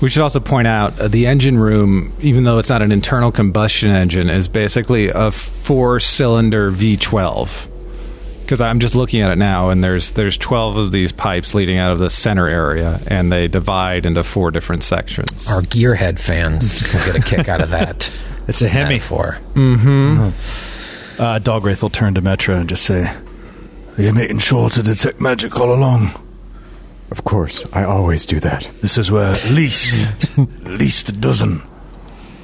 [SPEAKER 4] We should also point out uh, the engine room, even though it's not an internal combustion engine, is basically a four-cylinder V12. Because I'm just looking at it now, and there's there's 12 of these pipes leading out of the center area, and they divide into four different sections.
[SPEAKER 2] Our gearhead fans will get a kick out of that.
[SPEAKER 3] It's a Hemi.
[SPEAKER 2] metaphor.
[SPEAKER 7] Uh, Dogwraith will turn to Metro and just say, You're making sure to detect magic all along.
[SPEAKER 5] Of course, I always do that.
[SPEAKER 7] This is where at least, at least a dozen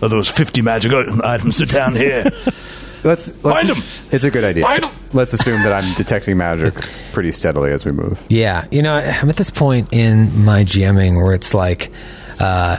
[SPEAKER 7] of those 50 magic item- items are down here.
[SPEAKER 5] Let's, let's
[SPEAKER 7] Find 'em!
[SPEAKER 5] It's a good idea.
[SPEAKER 7] Find 'em!
[SPEAKER 5] Let's assume that I'm detecting magic pretty steadily as we move.
[SPEAKER 2] Yeah, you know, I'm at this point in my GMing where it's like, uh,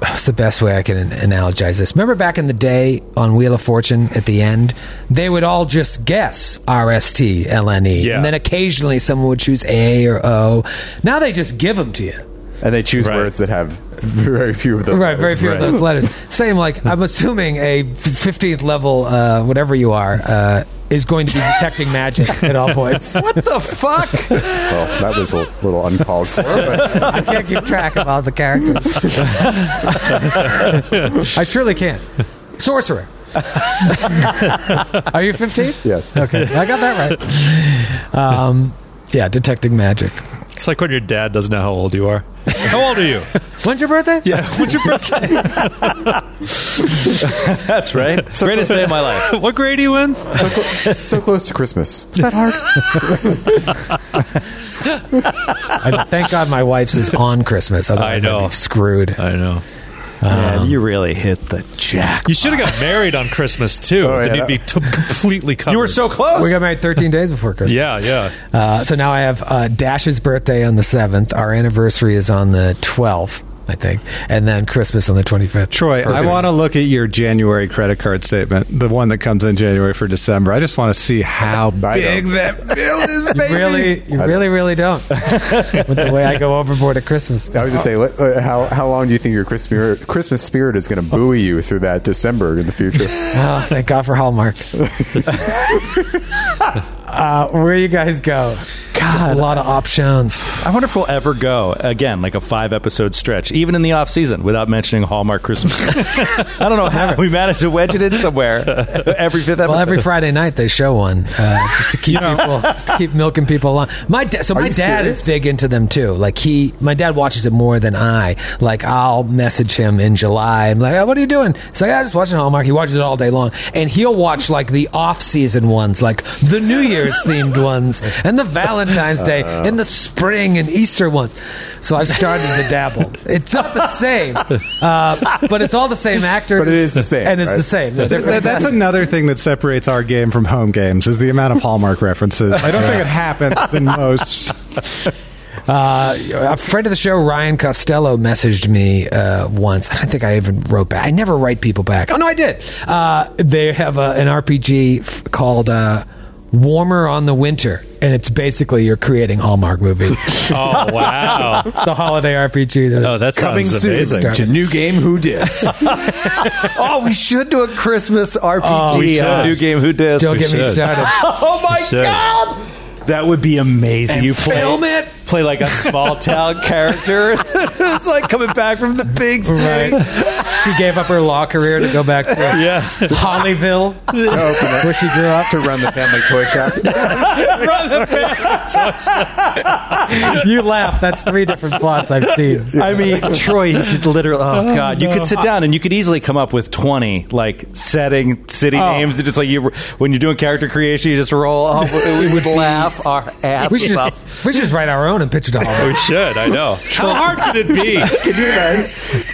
[SPEAKER 2] what's the best way I can an- analogize this? Remember back in the day on Wheel of Fortune at the end, they would all just guess RST, LNE,
[SPEAKER 3] Yeah.
[SPEAKER 2] E, and then occasionally someone would choose A or O. Now they just give them to you.
[SPEAKER 5] And they choose
[SPEAKER 3] Right.
[SPEAKER 5] words that have very few of those.
[SPEAKER 2] Right, very few of
[SPEAKER 3] Right.
[SPEAKER 2] those letters. Same, like, I'm assuming a 15th level, uh, whatever you are, uh, is going to be detecting magic at all points.
[SPEAKER 5] What the fuck? well, that was a little uncalled for, but
[SPEAKER 2] I can't keep track of all the characters. I truly can't. Sorcerer. Are you 15?
[SPEAKER 5] yes.
[SPEAKER 2] Okay, I got that right. Um, yeah, detecting magic.
[SPEAKER 3] It's like when your dad doesn't know how old you are. How old are you?
[SPEAKER 2] When's your birthday?
[SPEAKER 3] Yeah. What's your birthday?
[SPEAKER 6] That's right. Greatest day of my life.
[SPEAKER 3] what grade are you in?
[SPEAKER 5] So close to Christmas.
[SPEAKER 2] I, thank God my wife's is on Christmas. Otherwise,
[SPEAKER 3] I
[SPEAKER 2] I
[SPEAKER 3] know.
[SPEAKER 2] would be screwed.
[SPEAKER 3] I know.
[SPEAKER 6] Man, you really hit the jack.
[SPEAKER 3] You should have got married on Christmas too.
[SPEAKER 5] Oh,
[SPEAKER 3] then
[SPEAKER 5] yeah.
[SPEAKER 3] you'd be t- completely covered.
[SPEAKER 6] You were so close.
[SPEAKER 2] We got married 13 days before Christmas.
[SPEAKER 3] Yeah, yeah.
[SPEAKER 2] Uh, so now I have uh, Dash's birthday on the 7th. Our anniversary is on the 12th, I think. And then Christmas on the 25th.
[SPEAKER 4] Troy, I want to look at your January credit card statement, the one that comes in January for December. I just want to see how big
[SPEAKER 5] don't.
[SPEAKER 4] that bill is, baby.
[SPEAKER 2] Really, you really, really don't. With the way I go overboard at Christmas.
[SPEAKER 5] I was just saying, let- uh, how, how long do you think your Christmas spirit, Christmas spirit is going to buoy you through that December in the future?
[SPEAKER 2] Oh, thank God for Hallmark. uh, where you guys go? God, a lot of options.
[SPEAKER 6] I wonder if we'll ever go again, like a five episode stretch, even in the off season, without mentioning Hallmark Christmas. I don't know how we managed to wedge it in somewhere every fifth episode.
[SPEAKER 2] Well, every Friday night they show one uh, just to keep people, just to keep milking people along. My da- so my
[SPEAKER 5] you
[SPEAKER 2] dad
[SPEAKER 5] serious?
[SPEAKER 2] is big into them too. Like he, my dad watches it more than I. Like I'll message him in July. I'm like, oh, "What are you doing?" He's like, "I'm just watching Hallmark." He watches it all day long, and he'll watch like the off-season ones, like the New Year's themed ones, and the Valentine's Day,
[SPEAKER 5] Uh.
[SPEAKER 2] and the spring and Easter ones. So I've started to dabble. It's not the same, uh, but it's all the same actors.
[SPEAKER 5] But it is the same,
[SPEAKER 2] and it's
[SPEAKER 5] right?
[SPEAKER 2] the same. They're
[SPEAKER 4] That- that's another thing that separates our game from home games is the amount of Hallmark references. I don't think it happens in most.
[SPEAKER 2] Uh, a friend of the show, Ryan Costello, messaged me uh, once. I don't think I even wrote back. I never write people back. Oh no, I did. Uh, they have uh an RPG f- called uh, "Warmer on the Winter," and it's basically you're creating Hallmark movies.
[SPEAKER 3] Oh wow.
[SPEAKER 2] the holiday RPG. that-
[SPEAKER 3] Oh, that
[SPEAKER 5] Coming
[SPEAKER 3] sounds
[SPEAKER 5] soon
[SPEAKER 3] amazing.
[SPEAKER 2] Start-
[SPEAKER 5] to new game Who Dis. oh, we should do a Christmas
[SPEAKER 4] Oh,
[SPEAKER 6] Oh,
[SPEAKER 5] RPG.
[SPEAKER 3] we should.
[SPEAKER 6] new game. Who did?
[SPEAKER 2] don't get me
[SPEAKER 3] should.
[SPEAKER 2] started.
[SPEAKER 6] Oh my
[SPEAKER 3] should.
[SPEAKER 6] god. That would be amazing. you play,
[SPEAKER 2] Film it.
[SPEAKER 6] play like a small town character. it's like coming back from the big city.
[SPEAKER 2] she gave up her law career to go back to
[SPEAKER 3] Yeah.
[SPEAKER 2] Hollyville, where she grew up.
[SPEAKER 5] To run the family toy shop.
[SPEAKER 2] You laugh. That's three different plots I've seen.
[SPEAKER 6] I mean, Troy, you could literally. Oh, God, you could sit down and you could easily come up with twenty like setting city names. And just like you, when you're doing character creation, you just roll. up. we would laugh our
[SPEAKER 2] We
[SPEAKER 6] ass
[SPEAKER 2] should,
[SPEAKER 6] off.
[SPEAKER 2] just, we should just write our own and pitch it to Hallmark.
[SPEAKER 3] We should. I know. How hard could it be?
[SPEAKER 5] Could you imagine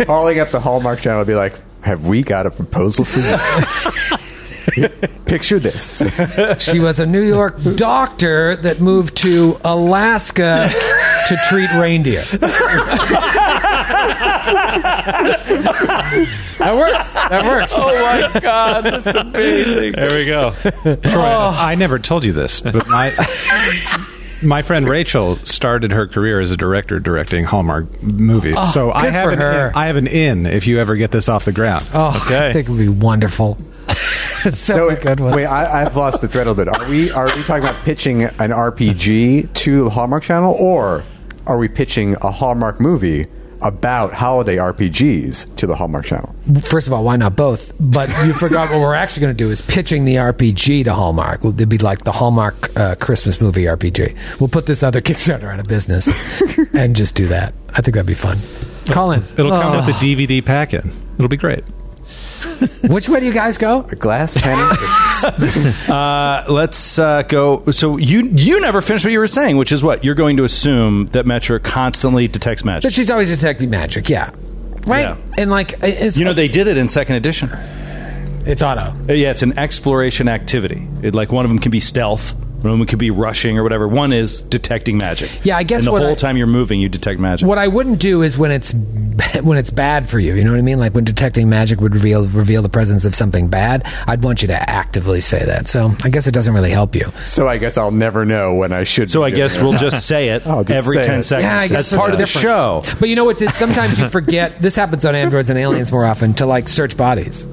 [SPEAKER 5] calling up the Hallmark channel and be like, have we got a proposal for you? Picture this.
[SPEAKER 2] She was a New York doctor that moved to Alaska to treat reindeer. that works. That works.
[SPEAKER 5] Oh,
[SPEAKER 3] There we go.
[SPEAKER 5] Oh.
[SPEAKER 4] I never told you this, but my my friend Rachel started her career as a director directing Hallmark movies.
[SPEAKER 5] Oh,
[SPEAKER 4] so I
[SPEAKER 2] good
[SPEAKER 4] have
[SPEAKER 2] for
[SPEAKER 4] an
[SPEAKER 2] her.
[SPEAKER 4] in, I have an in if you ever get this off the ground.
[SPEAKER 2] Oh, I
[SPEAKER 3] Okay.
[SPEAKER 2] think it would be wonderful. so
[SPEAKER 5] No,
[SPEAKER 2] many good ones.
[SPEAKER 5] Wait, I, I've lost the thread a little bit. Are we are we talking about pitching an RPG to the Hallmark Channel, or are we pitching a Hallmark movie about holiday RPGs to the Hallmark Channel?
[SPEAKER 2] First of all, why not both? But you forgot what we're actually going to do is pitching the RPG to Hallmark. Well, It'd be like the Hallmark uh, Christmas movie RPG. We'll put this other Kickstarter out of business and just do that. I think that'd be fun. Colin,
[SPEAKER 4] It'll come with a DVD packet. It'll be great.
[SPEAKER 2] which way do you guys go?
[SPEAKER 5] A glass cannon.
[SPEAKER 6] Uh, let's uh, go. So you you never finished what you were saying, which is what you're going to assume that Metra constantly detects
[SPEAKER 2] That
[SPEAKER 6] magic.
[SPEAKER 2] she's always detecting magic. Yeah, right.
[SPEAKER 6] Yeah.
[SPEAKER 2] And like, it's,
[SPEAKER 6] You know they did it in second edition.
[SPEAKER 2] it's auto.
[SPEAKER 6] Uh, Yeah, it's an exploration activity. It, like one of them can be stealth, one of them could be rushing or whatever. One is detecting magic.
[SPEAKER 2] Yeah, I guess
[SPEAKER 6] And the
[SPEAKER 2] what
[SPEAKER 6] whole
[SPEAKER 2] I-
[SPEAKER 6] time you're moving, you detect magic.
[SPEAKER 2] What I wouldn't do is when it's when it's bad for you. You know what I mean? Like when detecting magic would reveal reveal the presence of something bad. I'd want you to actively say that. So I guess it doesn't really help you.
[SPEAKER 5] so I guess I'll never know when I should.
[SPEAKER 6] so
[SPEAKER 5] be
[SPEAKER 6] I
[SPEAKER 5] doing
[SPEAKER 6] guess
[SPEAKER 5] it.
[SPEAKER 6] we'll just say it
[SPEAKER 5] Oh, just
[SPEAKER 6] every
[SPEAKER 5] say
[SPEAKER 6] ten
[SPEAKER 5] it.
[SPEAKER 6] seconds.
[SPEAKER 2] Yeah, I guess
[SPEAKER 6] That's part
[SPEAKER 2] that's
[SPEAKER 6] of the
[SPEAKER 2] different.
[SPEAKER 6] show.
[SPEAKER 2] But you know what? Sometimes you forget. this happens on androids and aliens more often to like search bodies.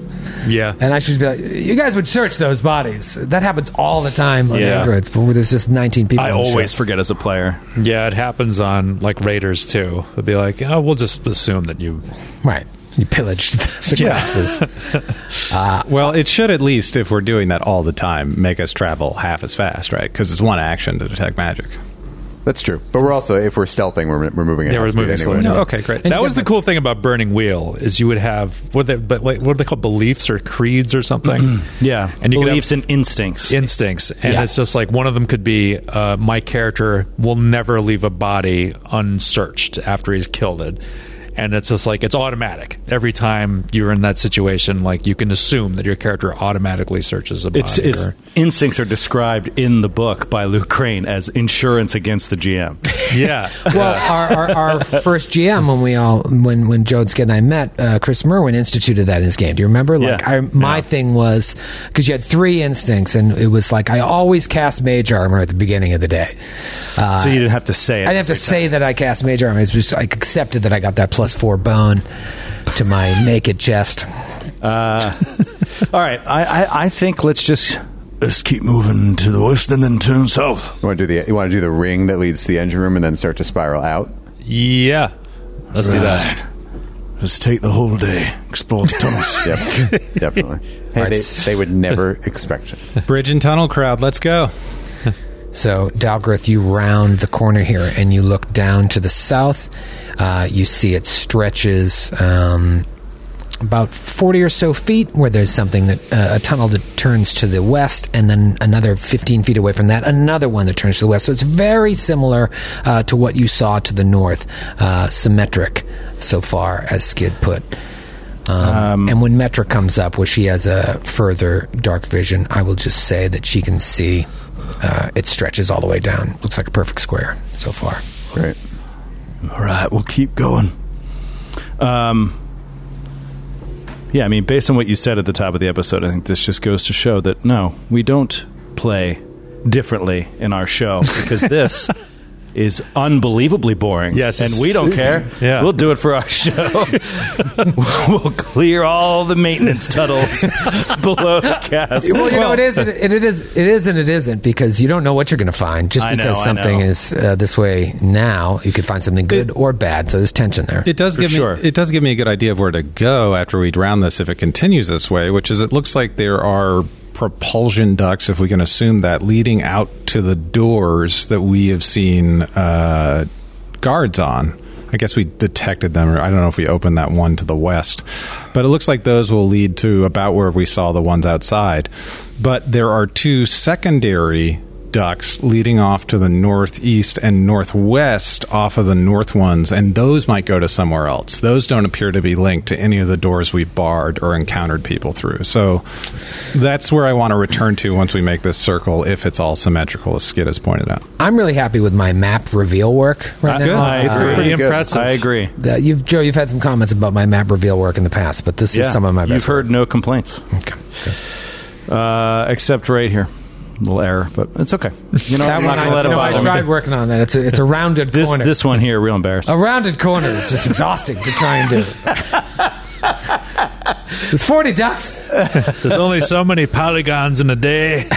[SPEAKER 3] Yeah.
[SPEAKER 2] And I should be like, you guys would search those bodies. That happens all the time on
[SPEAKER 6] Yeah.
[SPEAKER 2] androids, where there's just 19 people.
[SPEAKER 6] I
[SPEAKER 2] on the show.
[SPEAKER 6] always forget as a player.
[SPEAKER 3] Yeah, it happens on like Raiders too. They'll be like, oh, we'll just assume that you.
[SPEAKER 2] right. You pillaged the corpses.
[SPEAKER 4] Well, it should at least, if we're doing that all the time, make us travel half as fast, right? Because it's one action to detect magic.
[SPEAKER 5] That's true. But we're also, if we're stealthing, we're, we're moving. at
[SPEAKER 3] Yeah,
[SPEAKER 5] half
[SPEAKER 3] we're
[SPEAKER 5] speed
[SPEAKER 3] moving
[SPEAKER 5] anyway.
[SPEAKER 3] slow. No,
[SPEAKER 4] okay, great.
[SPEAKER 3] that was the cool thing about Burning Wheel is you would have what they but like what are they called beliefs or creeds or something?
[SPEAKER 6] Yeah,
[SPEAKER 3] and you could have
[SPEAKER 6] beliefs and instincts.
[SPEAKER 3] instincts, and
[SPEAKER 2] Yeah.
[SPEAKER 3] it's just like one of them could be uh, my character will never leave a body unsearched after he's killed it. And it's just like it's automatic. Every time you're in that situation, like you can assume that your character automatically searches a body.
[SPEAKER 6] It's, it's
[SPEAKER 3] or-
[SPEAKER 6] instincts are described in the book by Luke Crane as insurance against the GM.
[SPEAKER 3] yeah.
[SPEAKER 2] Well, our, our, our first GM when we all when when Joe Skid and I met, uh, Chris Merwin instituted that in his game. Do you remember? Like
[SPEAKER 6] Yeah.
[SPEAKER 2] I, my
[SPEAKER 6] Yeah.
[SPEAKER 2] thing was because you had three instincts, and it was like I always cast mage armor at the beginning of the day. Uh,
[SPEAKER 6] so you didn't have to say it.
[SPEAKER 2] I didn't have to say that I cast mage armor. It was just, I accepted that I got that plus four bone to my naked chest.
[SPEAKER 6] Uh, All right, I, I, I think let's just.
[SPEAKER 7] Let's keep moving to the west and then turn south.
[SPEAKER 5] You want to do the you want to do the ring that leads to the engine room and then start to spiral out.
[SPEAKER 3] yeah. Let's do that.
[SPEAKER 7] Let's take the whole day, explore the tunnels.
[SPEAKER 5] Yep, definitely. Hey, they, they would never expect it.
[SPEAKER 4] Bridge and tunnel crowd, let's go.
[SPEAKER 2] So, Dalgrith, you round the corner here and you look down to the south. Uh, you see it stretches um, about 40 or so feet where there's something that uh, a tunnel that turns to the west, and then another 15 feet away from that, another one that turns to the west. So, it's very similar uh, to what you saw to the north, uh, symmetric so far, as Skid put. Um, and when Metra comes up, where she has a further dark vision, I will just say that she can see uh, it stretches all the way down. Looks like a perfect square so far.
[SPEAKER 5] Right.
[SPEAKER 7] All right, we'll keep going.
[SPEAKER 6] Yeah, I mean, based on what you said at the top of the episode, I think this just goes to show that no, we don't play differently in our show because this is unbelievably boring.
[SPEAKER 3] Yes.
[SPEAKER 6] and we don't care.
[SPEAKER 3] Yeah.
[SPEAKER 6] we'll do it for our show. we'll clear all the maintenance tunnels below the cast.
[SPEAKER 2] Well, you know it is, and it, it is, it is, and it isn't because you don't know what you're going to find. Just
[SPEAKER 6] I know,
[SPEAKER 2] because
[SPEAKER 6] I
[SPEAKER 2] something
[SPEAKER 6] know.
[SPEAKER 2] is uh, this way now, you could find something good or bad. So there's tension there.
[SPEAKER 4] It does
[SPEAKER 6] For
[SPEAKER 4] give
[SPEAKER 6] sure.
[SPEAKER 4] me it does give me a good idea of where to go after we drown this if it continues this way, which is it looks like there are propulsion ducts, if we can assume that, leading out to the doors that we have seen uh, guards on. I guess we detected them, or I don't know if we opened that one to the west, but it looks like those will lead to about where we saw the ones outside. But there are two secondary
[SPEAKER 8] aqueducts leading off to the northeast and northwest off of the north ones, and those might go to somewhere else. Those don't appear to be linked to any of the doors we barred or encountered people through. So that's where I want to return to once we make this circle, if it's all symmetrical, as Skid has pointed out.
[SPEAKER 2] I'm really happy with my map reveal work right now.
[SPEAKER 5] It's pretty
[SPEAKER 3] pretty
[SPEAKER 5] good.
[SPEAKER 3] impressive.
[SPEAKER 6] I agree.
[SPEAKER 2] That- Uh, you've, Joe, you've had some comments about my map reveal work in the past, but this is some of my best.
[SPEAKER 6] You've heard no complaints,
[SPEAKER 2] work. Okay.
[SPEAKER 6] uh, except right here, little error, but it's okay. You know,
[SPEAKER 2] That
[SPEAKER 6] I'm
[SPEAKER 2] one,
[SPEAKER 6] not gonna
[SPEAKER 2] I,
[SPEAKER 6] let it
[SPEAKER 2] no, I
[SPEAKER 6] bother me.
[SPEAKER 2] tried working on that. It's a, it's a rounded
[SPEAKER 6] This
[SPEAKER 2] corner.
[SPEAKER 6] this one here, real embarrassing.
[SPEAKER 2] A rounded corner is just exhausting to try and do. There's 40 ducks.
[SPEAKER 3] There's only so many polygons in a day.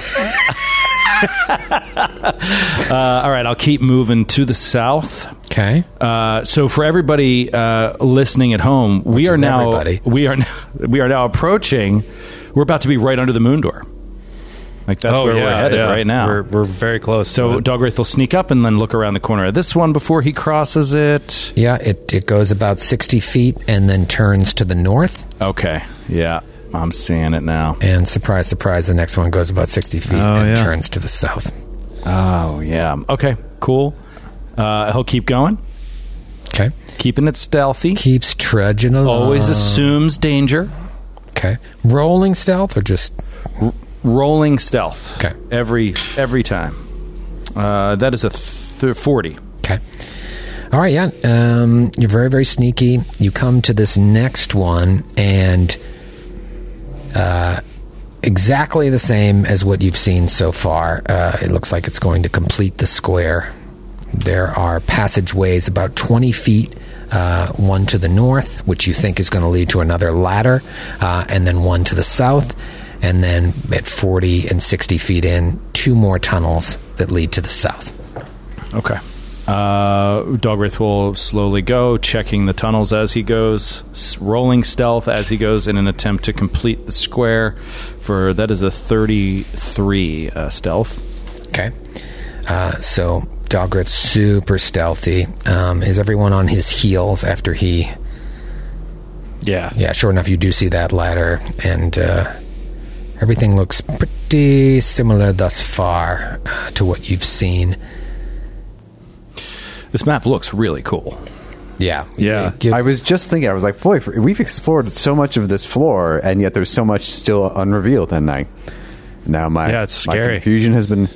[SPEAKER 6] Uh, all right, I'll keep moving to the south.
[SPEAKER 2] Okay.
[SPEAKER 6] Uh, so for everybody uh, listening at home, we are
[SPEAKER 2] is
[SPEAKER 6] now
[SPEAKER 2] everybody.
[SPEAKER 6] we are now, we are now approaching. We're about to be right under the moon door. Like that's where Oh, we're headed right now.
[SPEAKER 3] We're, we're very close.
[SPEAKER 6] so Dogwraith will sneak up and then look around the corner of this one before he crosses it.
[SPEAKER 2] Yeah, it, it goes about 60 feet and then turns to the north.
[SPEAKER 6] Okay, yeah, I'm seeing it now.
[SPEAKER 2] And surprise, surprise, the next one goes about 60 feet
[SPEAKER 3] Oh,
[SPEAKER 2] and
[SPEAKER 3] yeah.
[SPEAKER 2] turns to the south.
[SPEAKER 6] Oh yeah, okay, cool. Uh, he'll keep going,
[SPEAKER 2] Okay.
[SPEAKER 6] keeping it stealthy.
[SPEAKER 2] Keeps trudging along.
[SPEAKER 6] Always assumes danger.
[SPEAKER 2] Okay. Rolling stealth or just.
[SPEAKER 6] rolling stealth.
[SPEAKER 2] Okay.
[SPEAKER 6] Every every time. Uh, that is a th- forty.
[SPEAKER 2] Okay. All right, yeah. Um, you're very, very sneaky. You come to this next one, and uh, exactly the same as what you've seen so far. Uh, it looks like it's going to complete the square. There are passageways about 20 feet, uh, one to the north, which you think is going to lead to another ladder, uh, and then one to the south. And then at 40 and 60 feet in, two more tunnels that lead to the south.
[SPEAKER 6] Okay. Uh, Dogwraith will slowly go, checking the tunnels as he goes, s- rolling stealth as he goes in an attempt to complete the square. For that is a thirty-three uh, stealth.
[SPEAKER 2] Okay. Uh, so Dogrit's super stealthy. Um, is everyone on his heels after he?
[SPEAKER 3] yeah.
[SPEAKER 2] Yeah, sure enough, you do see that ladder, and uh, everything looks pretty similar thus far uh, to what you've seen.
[SPEAKER 6] This map looks really cool.
[SPEAKER 2] Yeah,
[SPEAKER 3] Yeah.
[SPEAKER 2] Give-
[SPEAKER 5] I was just thinking, I was like, boy, for- we've explored so much of this floor, and yet there's so much still unrevealed. And I, now my,
[SPEAKER 3] Yeah, it's
[SPEAKER 5] my
[SPEAKER 3] scary.
[SPEAKER 5] confusion has been.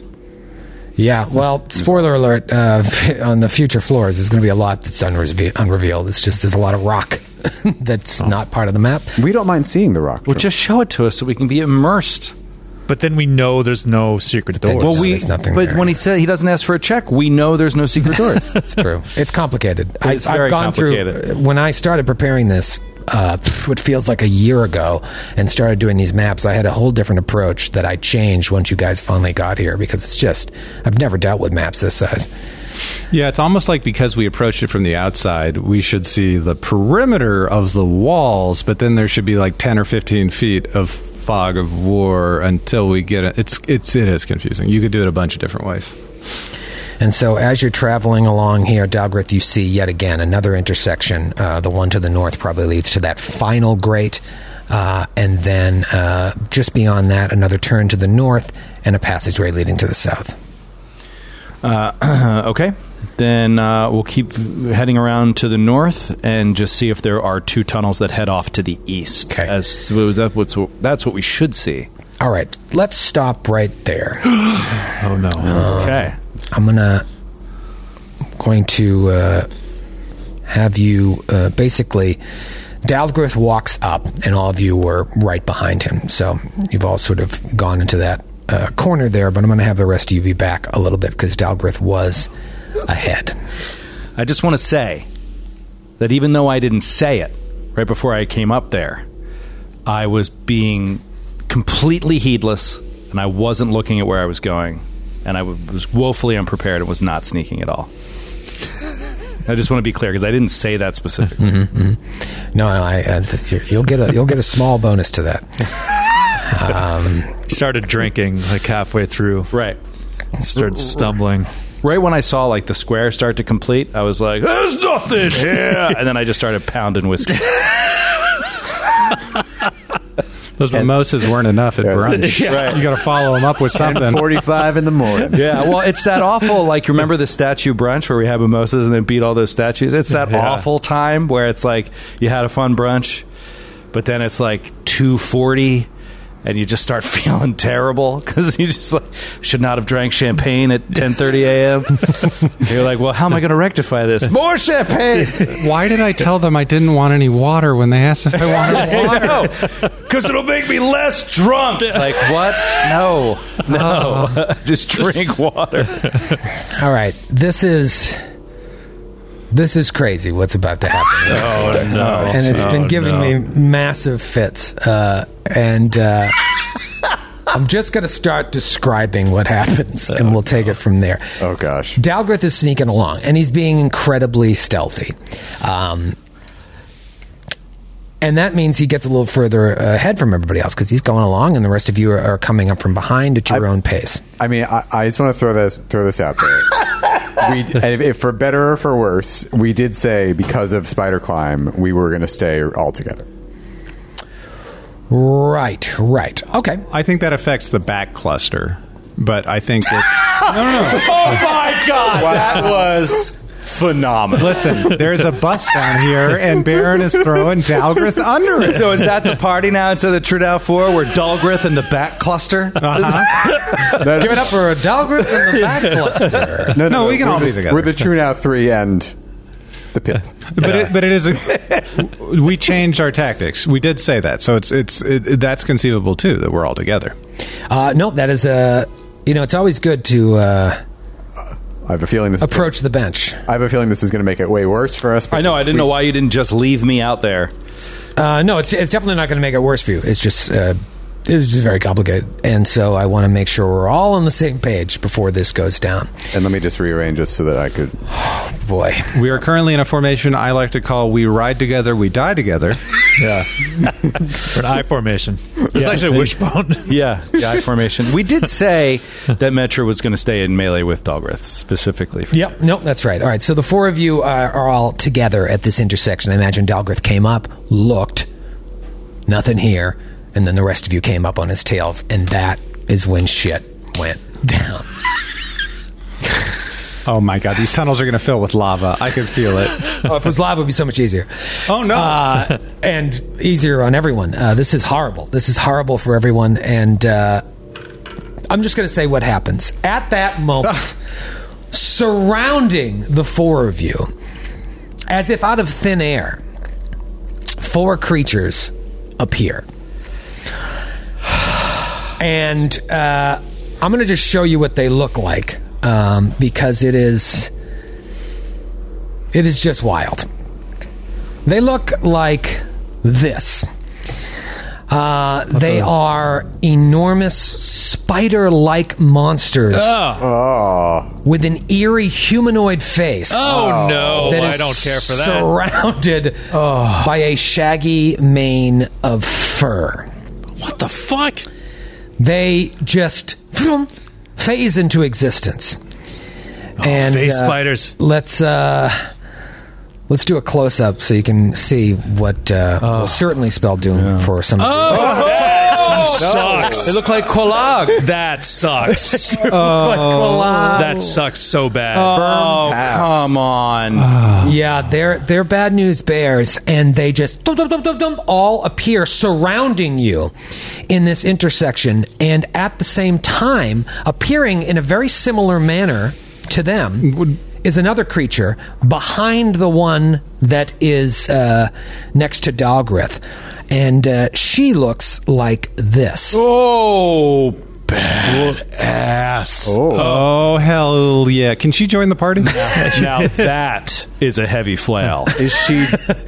[SPEAKER 2] yeah. Well, spoiler alert: uh, on the future floors, there's going to be a lot that's unreve- unrevealed. It's just there's a lot of rock that's
[SPEAKER 3] Oh.
[SPEAKER 2] not part of the map.
[SPEAKER 5] We don't mind seeing the rock.
[SPEAKER 6] Well, just show it to us so we can be immersed.
[SPEAKER 3] But then we know there's no secret
[SPEAKER 2] then
[SPEAKER 3] doors.
[SPEAKER 2] Well,
[SPEAKER 6] Well, we.
[SPEAKER 2] there's nothing
[SPEAKER 6] but
[SPEAKER 2] there.
[SPEAKER 6] when he said he doesn't ask for a check, we know there's no secret doors.
[SPEAKER 2] It's true. It's complicated.
[SPEAKER 6] It's
[SPEAKER 2] I've,
[SPEAKER 6] very
[SPEAKER 2] I've gone
[SPEAKER 6] complicated.
[SPEAKER 2] through when I started preparing this. Uh, pff, what feels like a year ago, and started doing these maps. I had a whole different approach that I changed once you guys finally got here because it's just I've never dealt with maps this size.
[SPEAKER 8] Yeah, it's almost like because we approached it from the outside, we should see the perimeter of the walls, but then there should be like ten or fifteen feet of fog of war until we get it. It's it's it is confusing. You could do it a bunch of different ways.
[SPEAKER 2] And so, as you're traveling along here, Dalgrith, you see yet again another intersection. Uh, the one to the north probably leads to that final grate. Uh, and then uh, just beyond that, another turn to the north and a passageway leading to the south.
[SPEAKER 6] Uh, okay. Then uh, we'll keep heading around to the north and just see if there are two tunnels that head off to the east.
[SPEAKER 2] Okay.
[SPEAKER 6] As that what's, that's what we should see.
[SPEAKER 2] All right, let's stop right there.
[SPEAKER 3] oh no.
[SPEAKER 6] Uh, okay.
[SPEAKER 2] I'm gonna going to uh, have you uh, basically. Dalgrith walks up, and all of you were right behind him. So you've all sort of gone into that uh, corner there. But I'm going to have the rest of you be back a little bit because Dalgrith was ahead.
[SPEAKER 6] I just want to say that even though I didn't say it right before I came up there, I was being completely heedless and I wasn't looking at where I was going and I w- was woefully unprepared and was not sneaking at all. I just want to be clear because I didn't say that specifically.
[SPEAKER 2] No, no, I, uh, th- you're- you'll get a you'll get a small bonus to that.
[SPEAKER 3] Started drinking like halfway through.
[SPEAKER 6] Right.
[SPEAKER 3] Started stumbling.
[SPEAKER 6] right when I saw like the square start to complete, I was like, "Ah!" "There's nothing here," and then I just started pounding whiskey.
[SPEAKER 4] Those mimosas weren't enough at brunch.
[SPEAKER 5] Right.
[SPEAKER 4] You got to follow them up with something.
[SPEAKER 5] 45 in the morning.
[SPEAKER 6] Yeah, well, it's that awful. Like, you remember the statue brunch where we had mimosas and then beat all those statues? It's that awful time where it's like you had a fun brunch, but then it's like two forty, and you just start feeling terrible because you just like should not have drank champagne at ten thirty a.m. And you're like, well, how am I going to rectify this? More champagne.
[SPEAKER 4] Why did I tell them I didn't want any water when they asked if I wanted water?
[SPEAKER 6] because it'll make me less drunk. Like what? No, no, just drink water.
[SPEAKER 2] All right, this is this is crazy. What's about to happen?
[SPEAKER 3] Oh no!
[SPEAKER 2] and it's
[SPEAKER 3] it's
[SPEAKER 2] been giving me massive fits. Uh, and uh, I'm just going to start describing what happens, and we'll take it from there.
[SPEAKER 5] Oh, gosh.
[SPEAKER 2] Dalgrith is sneaking along, and he's being incredibly stealthy. Um, and that means he gets a little further ahead from everybody else because he's going along, and the rest of you are, are coming up from behind at your
[SPEAKER 5] I-
[SPEAKER 2] own pace.
[SPEAKER 5] I mean, I, I just want to throw this throw this out there. We, and if, if for better or for worse, we did say because of spider climb, we were going to stay all together.
[SPEAKER 2] Right, right. Okay.
[SPEAKER 4] I think that affects the back cluster, but I think that,
[SPEAKER 6] Oh my god, that was phenomenal.
[SPEAKER 4] listen, there's a bus down here, and Baron is throwing Dalgrith under it.
[SPEAKER 6] So is that the party now instead of the Trudeau Four? We're Dalgrith and the Bat Cluster.
[SPEAKER 2] Give it up for a Dalgrith and the back cluster.
[SPEAKER 5] No,
[SPEAKER 4] No, we can
[SPEAKER 5] we're
[SPEAKER 4] all
[SPEAKER 5] the-
[SPEAKER 4] be together.
[SPEAKER 5] We're the True Now 3 and the Pip.
[SPEAKER 4] But it, but it is. A, we changed our tactics. We did say that, so it's it's it, that's conceivable too that we're all together.
[SPEAKER 2] Uh, nope, that is Uh, you know, it's always good to uh,
[SPEAKER 5] I have a feeling this
[SPEAKER 2] approach the bench.
[SPEAKER 5] Is, I have a feeling this is going to make it way worse for us. but
[SPEAKER 6] I know. I didn't
[SPEAKER 5] we-
[SPEAKER 6] know why you didn't just leave me out there.
[SPEAKER 2] Uh, no, it's, it's definitely not going to make it worse for you. It's just uh, it's just very complicated, and so I want to make sure we're all on the same page before this goes down.
[SPEAKER 5] And let me just rearrange this so that I could.
[SPEAKER 2] Boy,
[SPEAKER 4] We are currently in a formation I like to call "We ride together, we die together."
[SPEAKER 3] yeah. Or an eye formation. It's actually a wishbone.
[SPEAKER 6] Yeah, the I formation. We did say that Metro was going to stay in melee with Dalgrith specifically. For
[SPEAKER 2] Yep. Nope. That's right. All right. So the four of you are, are all together at this intersection. I imagine Dalgrith came up, looked, nothing here, and then the rest of you came up on his tails, and that is when shit went down.
[SPEAKER 4] Oh my god, these tunnels are going to fill with lava. I can feel it.
[SPEAKER 2] oh, if it was live, it would be so much easier.
[SPEAKER 4] Oh, no.
[SPEAKER 2] Uh, and easier on everyone. Uh, this is horrible. This is horrible for everyone. And uh, I'm just going to say what happens at that moment, surrounding the four of you, as if out of thin air. Four creatures appear, and uh, I'm going to just show you what they look like um, because it is. It is just wild. They look like this. Uh, they are enormous spider like monsters with an eerie humanoid face.
[SPEAKER 3] Oh no!
[SPEAKER 2] that is
[SPEAKER 3] I don't care for that.
[SPEAKER 2] Surrounded by a shaggy mane of fur.
[SPEAKER 3] what the fuck?
[SPEAKER 2] They just phase into existence. and
[SPEAKER 3] face
[SPEAKER 2] uh,
[SPEAKER 3] Oh, spiders.
[SPEAKER 2] let's uh let's do a close up so you can see what uh, will certainly spell doom for some of you.
[SPEAKER 3] Oh, Sucks.
[SPEAKER 6] They look like Kolag.
[SPEAKER 3] That sucks. that sucks so bad.
[SPEAKER 6] Oh, Uh, come on.
[SPEAKER 2] Yeah, they're they're bad news bears, and they just dum, dum, dum, dum, dum, all appear surrounding you in this intersection, and at the same time, appearing in a very similar manner to them is another creature behind the one that is uh, next to Dogrith, and uh, she looks like this.
[SPEAKER 6] Oh, bad ass.
[SPEAKER 4] Oh hell yeah! Can she join the party?
[SPEAKER 6] Now that is a heavy flail.
[SPEAKER 5] Is she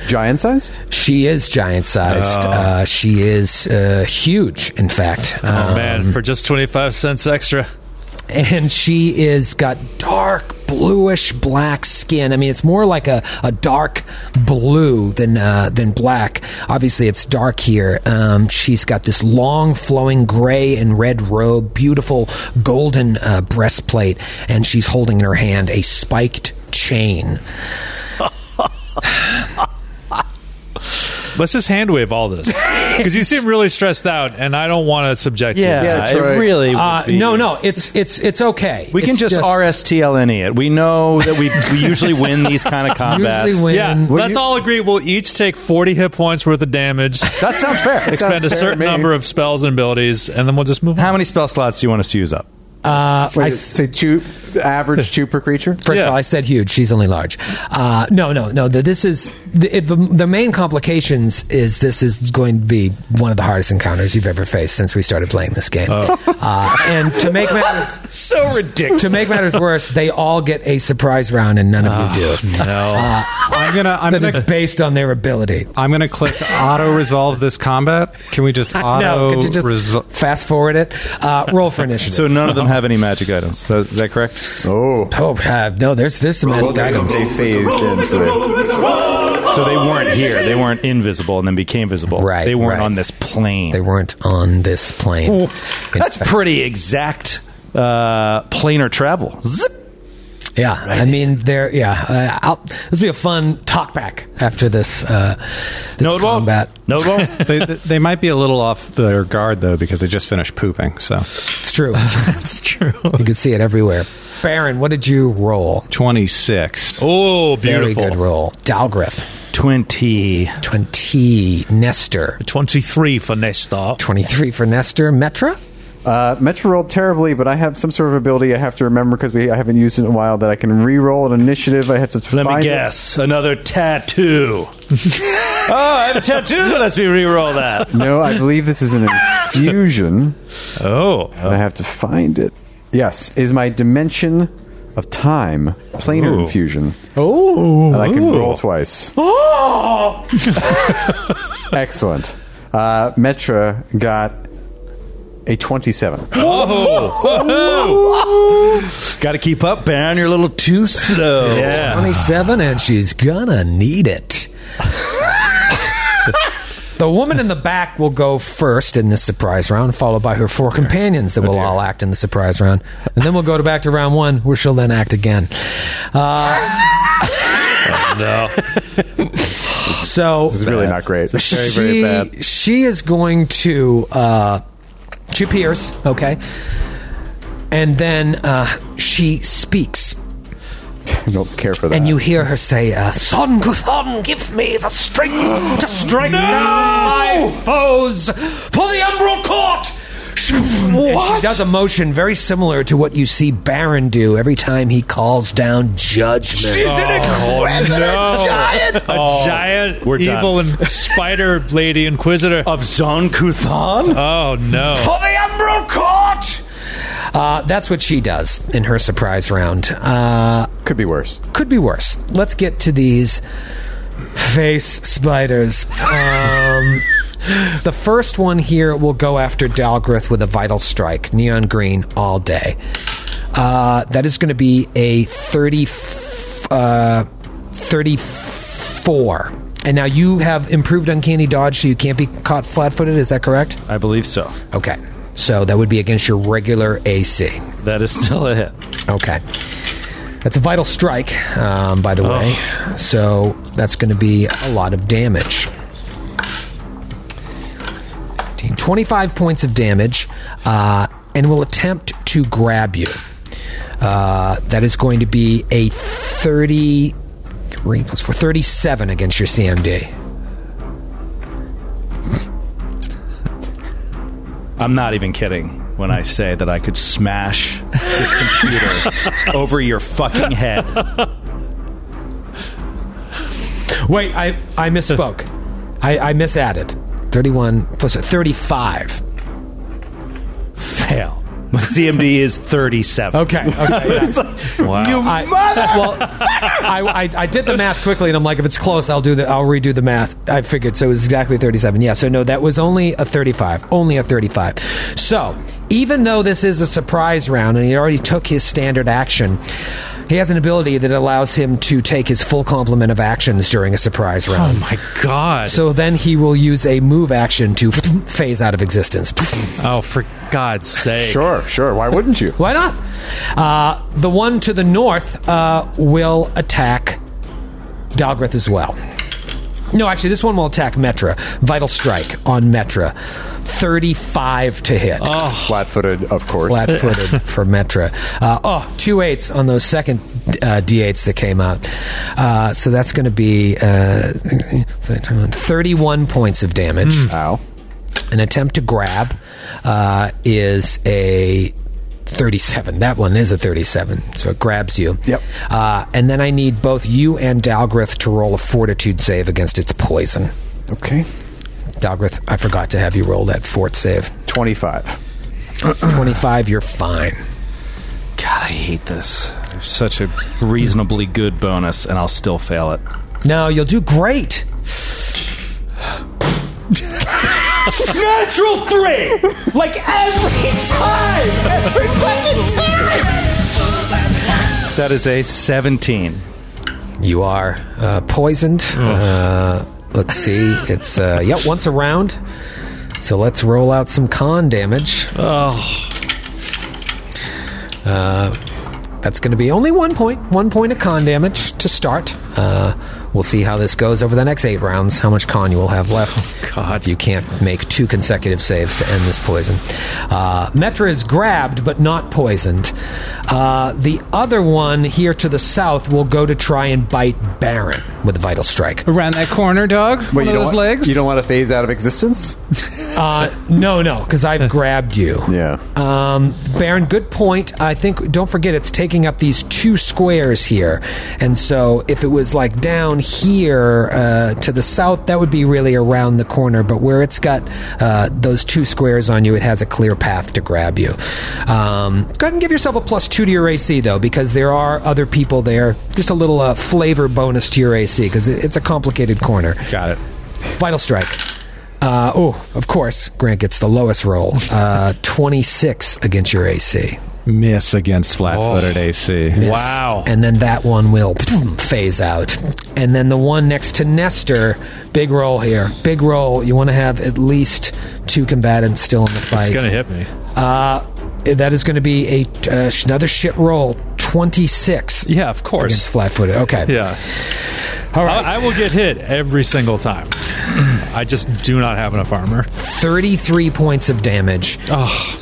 [SPEAKER 5] giant sized?
[SPEAKER 2] She is giant sized. Uh, she is uh, huge, in fact. Uh,
[SPEAKER 3] oh man, for just twenty five cents extra.
[SPEAKER 2] and she is got dark bluish black skin. I mean, it's more like a, a dark blue than uh, than black. Obviously, it's dark here. Um, she's got this long flowing gray and red robe, beautiful golden uh, breastplate, and she's holding in her hand a spiked chain.
[SPEAKER 3] Let's just hand wave all this because you seem really stressed out, and I don't want to subject you.
[SPEAKER 5] Yeah, Troy.
[SPEAKER 6] it really. would
[SPEAKER 2] Uh,
[SPEAKER 6] be-
[SPEAKER 2] no, no, it's it's it's okay.
[SPEAKER 6] We can
[SPEAKER 2] It's
[SPEAKER 6] just, RSTLNE E it. We know that we, we usually win these kind of combats.
[SPEAKER 2] usually win.
[SPEAKER 3] Yeah,
[SPEAKER 5] Well,
[SPEAKER 3] let's
[SPEAKER 5] you-
[SPEAKER 3] all agree we'll each take 40 hit points worth of damage,
[SPEAKER 5] That sounds fair. That sounds
[SPEAKER 3] expend a
[SPEAKER 5] fair to
[SPEAKER 3] certain
[SPEAKER 5] me.
[SPEAKER 3] number of spells and abilities, and then we'll just move on.
[SPEAKER 6] How many spell slots do you want us to use up?
[SPEAKER 2] Uh, I
[SPEAKER 5] Wait,
[SPEAKER 2] s-
[SPEAKER 5] say two, average two per creature.
[SPEAKER 2] First
[SPEAKER 3] Yeah.
[SPEAKER 2] of all, I said huge. She's only large. Uh, no, no, no. The, this is the, it, the, the main complications. Is this is going to be one of the hardest encounters you've ever faced since we started playing this game.
[SPEAKER 6] Oh.
[SPEAKER 2] Uh, and to make matters
[SPEAKER 3] So ridiculous.
[SPEAKER 2] to make matters worse, they all get a surprise round, and none of
[SPEAKER 6] Oh,
[SPEAKER 2] you do. Uh,
[SPEAKER 4] I'm gonna. I'm
[SPEAKER 2] That
[SPEAKER 4] gonna.
[SPEAKER 2] is based on their ability.
[SPEAKER 4] I'm gonna click auto resolve this combat. Can we just auto
[SPEAKER 2] no, could you just
[SPEAKER 4] resol-
[SPEAKER 2] fast forward it? Uh, roll for initiative.
[SPEAKER 6] So none of them have any magic items. So Is that correct?
[SPEAKER 5] Oh,
[SPEAKER 2] oh uh, no, there's there's some magic items.
[SPEAKER 5] they phased in. So they-
[SPEAKER 6] So they weren't here. They weren't invisible and then became visible.
[SPEAKER 2] Right,
[SPEAKER 6] They weren't
[SPEAKER 2] right.
[SPEAKER 6] on this plane.
[SPEAKER 2] They weren't on this plane.
[SPEAKER 6] Ooh,
[SPEAKER 2] In
[SPEAKER 6] That's
[SPEAKER 2] fact-
[SPEAKER 6] pretty exact uh, planar travel. Zip.
[SPEAKER 2] Yeah, I mean, there. Yeah, uh, I'll, this will be a fun talk back after this. Uh, this
[SPEAKER 6] No, it won't.
[SPEAKER 2] combat.
[SPEAKER 6] No, it won't.
[SPEAKER 4] they, they might be a little off their guard though because they just finished pooping. So
[SPEAKER 2] It's true. you
[SPEAKER 3] That's true.
[SPEAKER 2] can see it everywhere. Baron, what did you roll?
[SPEAKER 4] twenty six.
[SPEAKER 3] Oh,
[SPEAKER 2] Very good
[SPEAKER 3] beautiful.
[SPEAKER 2] roll. Dalgrith,
[SPEAKER 6] 20.
[SPEAKER 2] twenty. Nestor,
[SPEAKER 3] 23 for Nestor.
[SPEAKER 2] twenty-three for Nestor. Metra,
[SPEAKER 5] uh, Metro rolled terribly, but I have some sort of ability I have to remember because we I haven't used it in a while that I can re-roll an initiative. I have to
[SPEAKER 6] Let
[SPEAKER 5] find
[SPEAKER 6] me
[SPEAKER 5] it.
[SPEAKER 6] guess. Another tattoo. oh, I have a tattoo. Let's me re-roll that.
[SPEAKER 5] No, I believe this is an infusion,
[SPEAKER 3] Oh.
[SPEAKER 5] but I have to find it. Yes, is my dimension of time planar
[SPEAKER 3] Ooh.
[SPEAKER 5] infusion. Oh, and I can roll twice. Oh, excellent. Uh, Metra got a twenty-seven.
[SPEAKER 6] Got to keep up, Baron. You're a little too slow.
[SPEAKER 3] Yeah.
[SPEAKER 2] twenty-seven, and she's gonna need it. The woman in the back will go first in this surprise round, followed by her four companions that will all act in the surprise round. And then we'll go to back to round one, where she'll then act again. Uh,
[SPEAKER 3] No.
[SPEAKER 2] So
[SPEAKER 5] Oh, This is really not great.
[SPEAKER 2] she, She is going to uh, she appears, okay, and then uh, she speaks,
[SPEAKER 5] I don't care for that.
[SPEAKER 2] and you hear her say, uh, "Son Guthon, give me the strength to strike down my foes for the Emerald Court." What? She does a motion very similar to what you see Baron do every time he calls down judgment.
[SPEAKER 3] no. giant. A giant
[SPEAKER 6] Oh, we're done.
[SPEAKER 3] evil and spider lady inquisitor.
[SPEAKER 6] Of Zon Kuthan?
[SPEAKER 3] Oh, no.
[SPEAKER 2] for the Emerald Court. Uh, that's what she does in her surprise round. Uh,
[SPEAKER 5] Could be worse.
[SPEAKER 2] could be worse. Let's get to these face spiders. Um, the first one here will go after Dalgrith with a vital strike, neon green all day. Uh, that is going to be a 30, uh, 34. And now you have improved uncanny dodge, so you can't be caught flat-footed. Is that correct?
[SPEAKER 6] I believe so.
[SPEAKER 2] Okay. So that would be against your regular AC.
[SPEAKER 6] That is still a hit.
[SPEAKER 2] Okay. That's a vital strike, um, by the way. So that's going to be a lot of damage. 25 points of damage uh, and will attempt to grab you. Uh, that is going to be a 33 plus 4, 37 against your CMD.
[SPEAKER 6] I'm not even kidding when I say that I could smash this computer over your fucking head.
[SPEAKER 2] Wait, I, I misspoke. I, I misadded. 31 plus 35.
[SPEAKER 6] Fail. My CMD is 37.
[SPEAKER 2] Okay. Okay. yeah. I, well, I, I, I did the math quickly, and I'm like, if it's close, I'll do the, I'll redo the math. I figured so. It was exactly 37. Yeah. So no, that was only a 35. Only a 35. So even though this is a surprise round, and he already took his standard action, he has an ability that allows him to take his full complement of actions during a surprise round.
[SPEAKER 3] My God.
[SPEAKER 2] so then he will use a move action to phase out of existence.
[SPEAKER 3] oh, for God's sake.
[SPEAKER 5] Sure, sure. Why wouldn't you?
[SPEAKER 2] Why not? Uh, the one to the north uh, will attack Dalgrith as well. No, actually, this one will attack Metra. Vital Strike on Metra. 35 to hit.
[SPEAKER 5] Flat footed, of course.
[SPEAKER 2] Flat footed for Metra. Uh, oh, two eights on those second uh, D8s that came out. Uh, so that's going to be uh, 31 points of damage.
[SPEAKER 5] Ow.
[SPEAKER 2] An attempt to grab uh, is a 37. That one is a 37. So it grabs you.
[SPEAKER 5] Yep.
[SPEAKER 2] Uh, and then I need both you and Dalgrith to roll a fortitude save against its poison.
[SPEAKER 5] Okay.
[SPEAKER 2] Dalgrith, I forgot to have you roll that fort save.
[SPEAKER 5] 25.
[SPEAKER 2] 25, you're fine.
[SPEAKER 6] God, I hate this. I have such a reasonably good bonus, and I'll still fail it.
[SPEAKER 2] No, you'll do great.
[SPEAKER 9] Natural three! Like every time! Every fucking time!
[SPEAKER 6] That is a 17.
[SPEAKER 2] You are uh, poisoned. Uh, let's see. It's, uh, yep, once a round. So let's roll out some con damage. Oh. Uh, that's going to be only one point. One point of con damage to start. Uh, we'll see how this goes over the next eight rounds, how much con you will have left. God. If you can't make two consecutive saves to end this poison. Uh, Metra is grabbed, but not poisoned. Uh, the other one here to the south will go to try and bite Baron with Vital Strike.
[SPEAKER 4] Around that corner, dog.
[SPEAKER 5] Wait,
[SPEAKER 4] One
[SPEAKER 5] you
[SPEAKER 4] of
[SPEAKER 5] don't
[SPEAKER 4] those
[SPEAKER 5] want,
[SPEAKER 4] legs.
[SPEAKER 5] You don't want to phase out of existence?
[SPEAKER 2] Uh, no, no, because I've grabbed you.
[SPEAKER 5] Yeah.
[SPEAKER 2] Um, Baron, good point. I think, don't forget, it's taking up these two squares here. And so if it was like down here uh, to the south, that would be really around the corner. But where it's got uh, those two squares on you, it has a clear path to grab you. Um, go ahead and give yourself a plus two to your AC, though, because there are other people there. Just a little uh, flavor bonus to your AC, because it, it's a complicated corner.
[SPEAKER 4] Got it.
[SPEAKER 2] Vital Strike. Uh, oh, of course, Grant gets the lowest roll. Uh, 26 against your AC.
[SPEAKER 8] Miss against
[SPEAKER 4] Flat-footed
[SPEAKER 2] Oh.
[SPEAKER 4] AC.
[SPEAKER 3] Wow.
[SPEAKER 2] And then that one will phase out. And then the one next to Nestor, big roll here. Big roll. You want to have at least two combatants still in the fight.
[SPEAKER 3] It's going to hit me.
[SPEAKER 2] Uh, that is going to be a uh, sh- another shit roll. 26
[SPEAKER 3] Yeah, of
[SPEAKER 2] against
[SPEAKER 3] course.
[SPEAKER 2] flat footed. Okay.
[SPEAKER 3] Yeah.
[SPEAKER 2] All right.
[SPEAKER 3] I, I will get hit every single time. I just do not have enough armor.
[SPEAKER 2] 33 points of damage.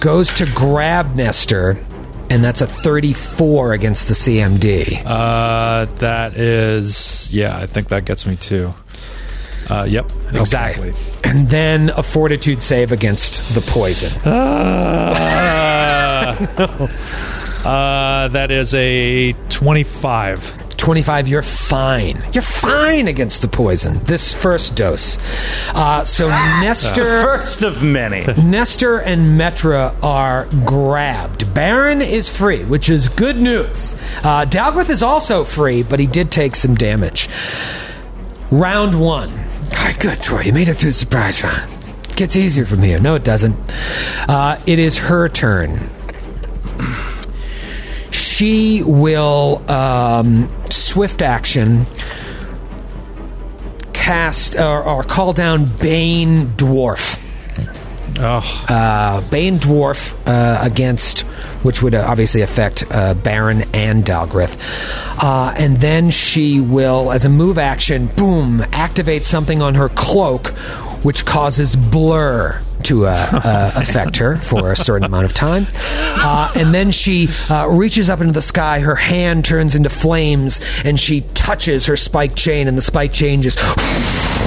[SPEAKER 2] Goes to grab Nestor, and that's a 34 against the CMD.
[SPEAKER 3] Uh, that is, yeah, I think that gets me too. Uh, yep, exactly.
[SPEAKER 2] And then a fortitude save against the poison.
[SPEAKER 3] Uh, uh, that is a 25.
[SPEAKER 2] 25, you're fine. You're fine against the poison. This first dose. Uh, so Nestor.
[SPEAKER 6] First of many.
[SPEAKER 2] Nestor and Metra are grabbed. Baron is free, which is good news. Uh, Dalgrith is also free, but he did take some damage. Round one. All right, good, Troy. You made it through the surprise round. Gets easier from here. No, it doesn't. Uh, it is her turn. She will um, swift action cast or, or call down Bane Dwarf uh, Bane Dwarf uh, against, which would uh, obviously affect uh, Baron and Dalgrith. Uh, and then she will, as a move action, boom, activate something on her cloak, which causes blur to uh, uh, affect her for a certain amount of time. Uh, and then she uh, reaches up into the sky, her hand turns into flames, and she touches her spike chain, and the spike chain just.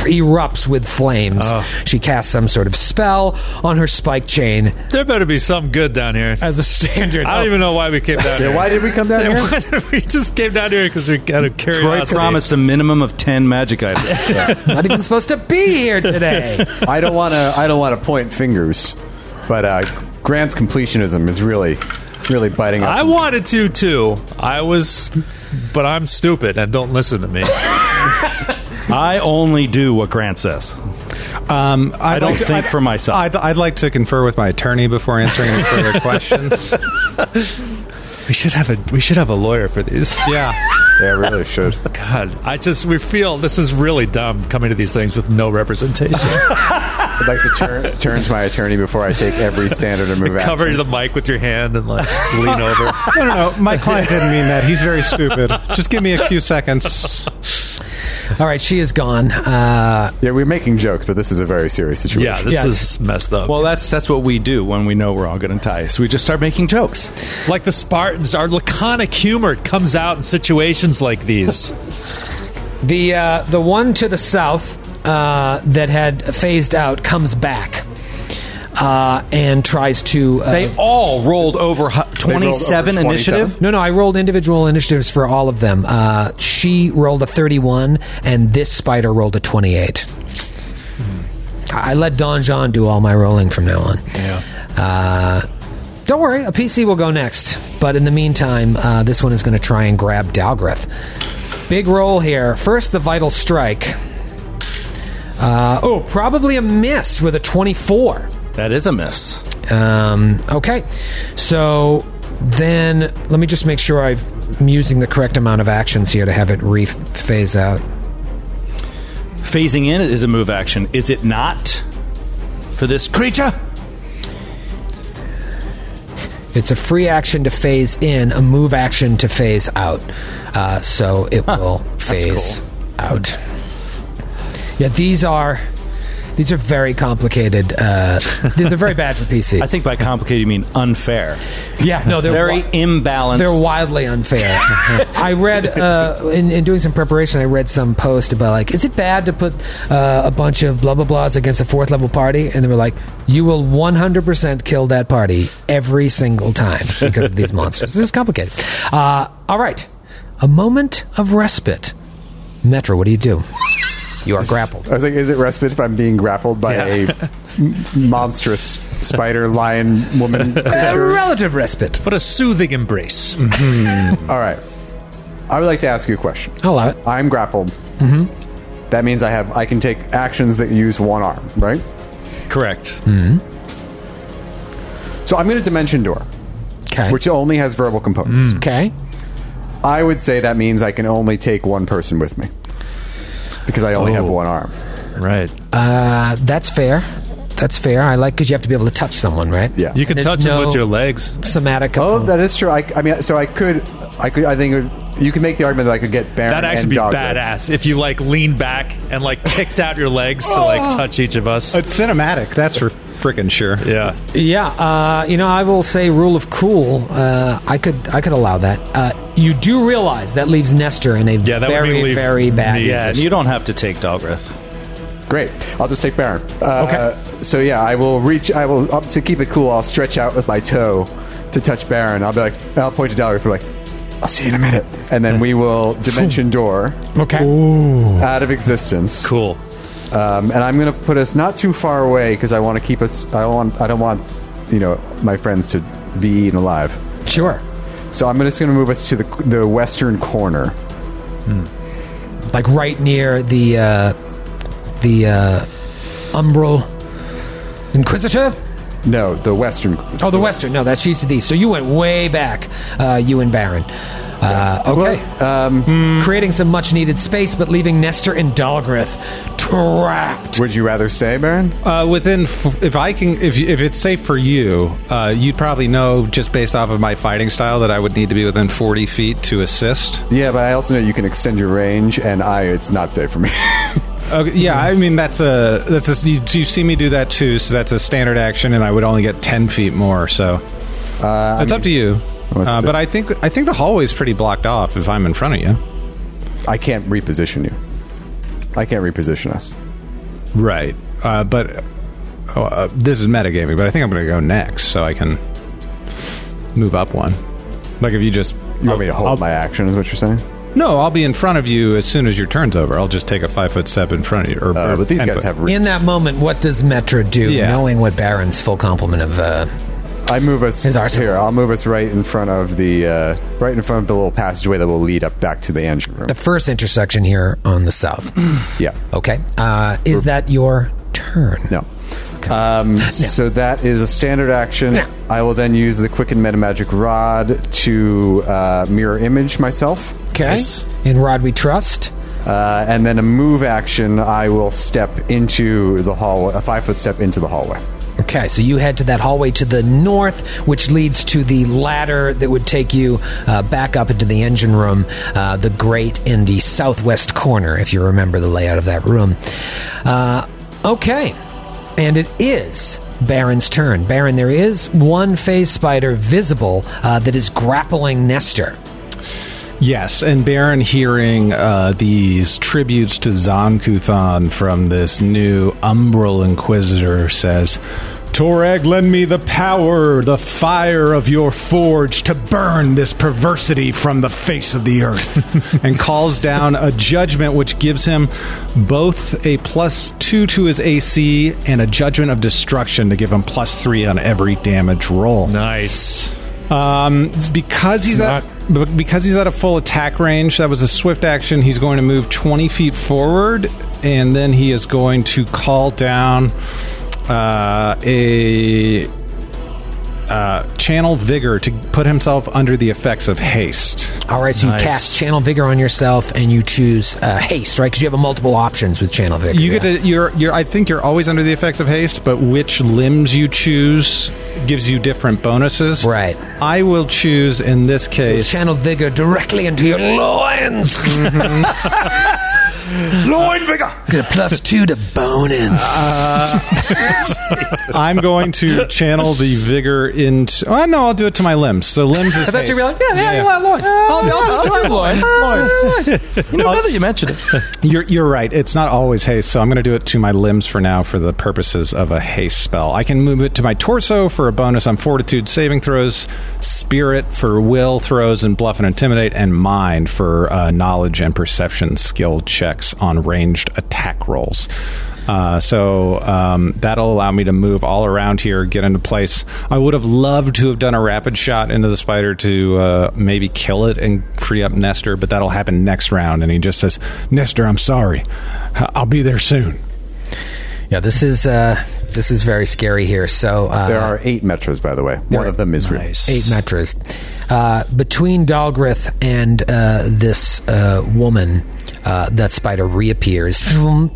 [SPEAKER 2] erupts with flames. She casts some sort of spell on her spike chain
[SPEAKER 3] There better be some good down here.
[SPEAKER 2] as a standard.
[SPEAKER 3] I don't even know why we came down
[SPEAKER 5] yeah,
[SPEAKER 3] here.
[SPEAKER 5] why did we come down here?
[SPEAKER 3] Why did we just came down here because we got a
[SPEAKER 6] Troy
[SPEAKER 3] curiosity.
[SPEAKER 6] promised a minimum of 10 magic items.
[SPEAKER 2] Not even supposed to be here today.
[SPEAKER 5] I don't want to. I don't want to point fingers, but uh, Grant's completionism is really, really biting. us.
[SPEAKER 3] I wanted to too. I was, but I'm stupid and don't listen to me.
[SPEAKER 6] I only do what Grant says.
[SPEAKER 4] Um, I'd
[SPEAKER 6] don't
[SPEAKER 4] like to-
[SPEAKER 6] think
[SPEAKER 4] I'd-
[SPEAKER 6] for myself.
[SPEAKER 4] I'd, I'd like to confer with my attorney before answering any further questions.
[SPEAKER 3] We should have a we should have a lawyer for these.
[SPEAKER 4] Yeah.
[SPEAKER 5] Yeah, I really should.
[SPEAKER 3] God, I just we feel this is really dumb coming to these things with no representation.
[SPEAKER 5] I'd like to turn turn to my attorney before I take every standard and move out.
[SPEAKER 3] Cover the mic with your hand and like lean over.
[SPEAKER 4] No, no, no. My client didn't mean that. He's very stupid. Just give me a few seconds.
[SPEAKER 2] All right, she is gone. Uh,
[SPEAKER 5] Yeah, we're making jokes, but this is a very serious situation.
[SPEAKER 3] Yeah, this
[SPEAKER 2] Yeah.
[SPEAKER 3] is messed up.
[SPEAKER 6] Well, that's that's what we do when we know we're all going to die. So we just start making jokes.
[SPEAKER 3] like the Spartans, our laconic humor comes out in situations like these.
[SPEAKER 2] the uh, the one to the south uh, that had phased out comes back uh, and tries to. Uh,
[SPEAKER 6] They all rolled over hu-
[SPEAKER 5] rolled over
[SPEAKER 6] 27 initiative.
[SPEAKER 2] no, no, I rolled individual initiatives for all of them. Uh, she rolled a 31, and this spider rolled a 28. I I let Don John do all my rolling from now on. Yeah. Uh, don't worry, a PC will go next. But in the meantime, uh, this one is going to try and grab Dalgrith. Big roll here. First, the vital strike. Uh, oh, probably a miss with a 24.
[SPEAKER 6] That is a miss.
[SPEAKER 2] Um, okay, so then let me just make sure I've, I'm using the correct amount of actions here to have it re phase out.
[SPEAKER 6] Phasing in is a move action. Is it not for this creature?
[SPEAKER 2] It's a free action to phase in, a move action to phase out. Uh, so it will phase out. Yeah, these are these are very complicated. Uh, these are very bad for PC.
[SPEAKER 6] I think by complicated you mean unfair.
[SPEAKER 2] yeah, no, they're
[SPEAKER 6] Very
[SPEAKER 2] wi-
[SPEAKER 6] imbalanced.
[SPEAKER 2] They're wildly unfair. I read uh, in, in doing some preparation. I read some post about like, is it bad to put uh, a bunch of blah blah blahs against a fourth level party? And they were like, you will one hundred percent kill that party every single time because of these monsters. It's complicated. Uh, all right, a moment of respite. Metro, what do you do? You are grappled.
[SPEAKER 5] I was like, is it respite if I'm being grappled by a m- monstrous spider, lion, woman?
[SPEAKER 2] A
[SPEAKER 5] creature?
[SPEAKER 2] relative respite.
[SPEAKER 3] But a soothing embrace.
[SPEAKER 5] All right. I would like to ask you a question.
[SPEAKER 2] I'll allow it.
[SPEAKER 5] I'm grappled. Mm-hmm. That means I have I can take actions that use one arm, right?
[SPEAKER 6] correct.
[SPEAKER 5] So I'm going to dimension door,
[SPEAKER 2] Okay.
[SPEAKER 5] which only has verbal components.
[SPEAKER 3] Mm.
[SPEAKER 2] Okay.
[SPEAKER 5] I would say that means I can only take one person with me because I only
[SPEAKER 3] Oh.
[SPEAKER 5] have one arm.
[SPEAKER 3] Right.
[SPEAKER 2] Uh, that's fair. That's fair. I like because you have to be able to touch someone, right?
[SPEAKER 5] Yeah.
[SPEAKER 3] You can
[SPEAKER 2] There's
[SPEAKER 3] touch
[SPEAKER 2] no-
[SPEAKER 3] him with your legs.
[SPEAKER 2] Somatic.
[SPEAKER 5] Oh,
[SPEAKER 2] component.
[SPEAKER 5] that is true. I, I mean, so I could, I could, I think it would- you could make the argument that I could get Baron
[SPEAKER 3] That'd actually
[SPEAKER 5] and
[SPEAKER 3] be
[SPEAKER 5] Doggo.
[SPEAKER 3] badass if you like leaned back and like kicked out your legs to like touch each of us.
[SPEAKER 4] It's cinematic. That's for freaking sure.
[SPEAKER 3] Yeah.
[SPEAKER 2] Yeah, uh, you know, I will say rule of cool. Uh, I could, I could allow that. Uh, you do realize that leaves Nestor in a
[SPEAKER 3] Yeah, that would
[SPEAKER 2] very,
[SPEAKER 3] leave
[SPEAKER 2] very bad.
[SPEAKER 3] me-
[SPEAKER 6] Yeah, and you don't have to take Dalgrith.
[SPEAKER 5] Great. I'll just take Baron. Uh, okay. So yeah, I will reach. I will up to keep it cool. I'll stretch out with my toe to touch Baron. I'll be like, I'll point to Doggo. Be like, I'll see you in a minute. And then we will dimension door
[SPEAKER 2] Okay.
[SPEAKER 5] out of existence.
[SPEAKER 3] Cool.
[SPEAKER 5] Um, and I'm going to put us not too far away because I want to keep us. I don't want. I don't want. You know, my friends to be eaten alive.
[SPEAKER 2] Sure.
[SPEAKER 5] So I'm just going to move us to the the western corner.
[SPEAKER 2] Like right near the uh, the uh, Umbral Inquisitor.
[SPEAKER 5] No, the western.
[SPEAKER 2] Oh, the Western. No, that's she's to the. east. So you went way back, uh, you and Baron. Uh, okay. um, Creating some much needed space, but leaving Nestor and Dalgrith trapped.
[SPEAKER 5] Would you rather stay, Baron?
[SPEAKER 4] Uh, within, f- if I can, if if it's safe for you, uh, you'd probably know just based off of my fighting style that I would need to be within forty feet to assist.
[SPEAKER 5] Yeah, but I also know you can extend your range, and I it's not safe for me.
[SPEAKER 4] Okay, Uh, yeah, I mean that's a that's a you, you see me do that too, so that's a standard action, and I would only get ten feet more. So uh, it's up to you.
[SPEAKER 5] let's
[SPEAKER 4] Uh,
[SPEAKER 5] see.
[SPEAKER 4] but I think I think the hallway's pretty blocked off if I'm in front of you.
[SPEAKER 5] I can't reposition you. I can't reposition us.
[SPEAKER 4] Right. Uh, but oh, uh, this is metagaming, but I think I'm going to go next so I can move up one. Like if you just.
[SPEAKER 5] You want me to hold
[SPEAKER 4] I'll-
[SPEAKER 5] my action? Is what you're saying?
[SPEAKER 4] No, I'll be in front of you as soon as your turn's over. I'll just take a five foot step in front of you. Or,
[SPEAKER 5] Uh,
[SPEAKER 4] or
[SPEAKER 5] but these
[SPEAKER 4] 10
[SPEAKER 5] guys
[SPEAKER 4] foot.
[SPEAKER 5] have. Re-
[SPEAKER 2] In that moment, what does Metra do,
[SPEAKER 4] Yeah.
[SPEAKER 2] knowing what Baron's full complement of? Uh,
[SPEAKER 5] I move us
[SPEAKER 2] His arsenal.
[SPEAKER 5] here. I'll move us right in front of the uh, right in front of the little passageway that will lead up back to the engine room.
[SPEAKER 2] the first intersection here on the south.
[SPEAKER 5] yeah.
[SPEAKER 2] Okay, uh, is that your turn?
[SPEAKER 5] No. Um, So that is a standard action.
[SPEAKER 2] No.
[SPEAKER 5] I will then use the Quicken Meta Magic Rod to uh, mirror image myself.
[SPEAKER 2] Okay, in Rod we trust.
[SPEAKER 5] Uh, and then a move action, I will step into the hallway, a five foot step into the hallway.
[SPEAKER 2] Okay, so you head to that hallway to the north, which leads to the ladder that would take you uh, back up into the engine room, uh, the grate in the southwest corner, if you remember the layout of that room. Uh, okay, and it is Baron's turn. Baron, there is one phase spider visible uh, that is grappling Nestor.
[SPEAKER 4] Yes, and Baron hearing uh, these tributes to Zankuthan from this new Umbral Inquisitor says, Torag, lend me the power, the fire of your forge to burn this perversity from the face of the earth, and calls down a judgment which gives him both a plus two to his AC and a judgment of destruction to give him plus three on every damage roll.
[SPEAKER 3] Nice.
[SPEAKER 4] Um, because he's at b- because he's at a full attack range, that was a swift action. He's going to move twenty feet forward, and then he is going to call down uh, a uh, channel vigor to put himself under the effects of haste.
[SPEAKER 2] All right, so
[SPEAKER 3] Nice.
[SPEAKER 2] you cast Channel Vigor on yourself and you choose uh, Haste, right? Because you have multiple options with Channel Vigor.
[SPEAKER 4] You
[SPEAKER 2] yeah.
[SPEAKER 4] get to you're you're I think you're always under the effects of haste, but which limbs you choose gives you different bonuses.
[SPEAKER 2] Right.
[SPEAKER 4] I will choose in this case
[SPEAKER 2] Channel vigor directly into your loins. Loin vigor. Get a plus two to boning.
[SPEAKER 4] I'm going to channel the vigor into. Oh no, I'll do it to my limbs. So limbs is. I
[SPEAKER 2] That's your real. Yeah, yeah, yeah. loin.
[SPEAKER 6] You know, now that you mention it,
[SPEAKER 4] You're you're right. It's not always haste, so I'm going to do it to my limbs for now for the purposes of a haste spell. I can move it to my torso for a bonus on fortitude saving throws, spirit for will throws, and bluff and intimidate, and mind for uh, knowledge and perception skill checks on ranged attack rolls. Uh, so um, that'll allow me to move all around here, get into place. I would have loved to have done a rapid shot into the spider to uh, maybe kill it and free up Nestor, but that'll happen next round. And he just says, Nestor, I'm sorry. I'll be there soon.
[SPEAKER 2] Yeah, this is uh, this is very scary here. So uh,
[SPEAKER 5] There are eight metros, by the way. One of them is real.
[SPEAKER 2] eight metras uh, between Dalgrith and uh, this uh, woman. Uh, that spider reappears vroom,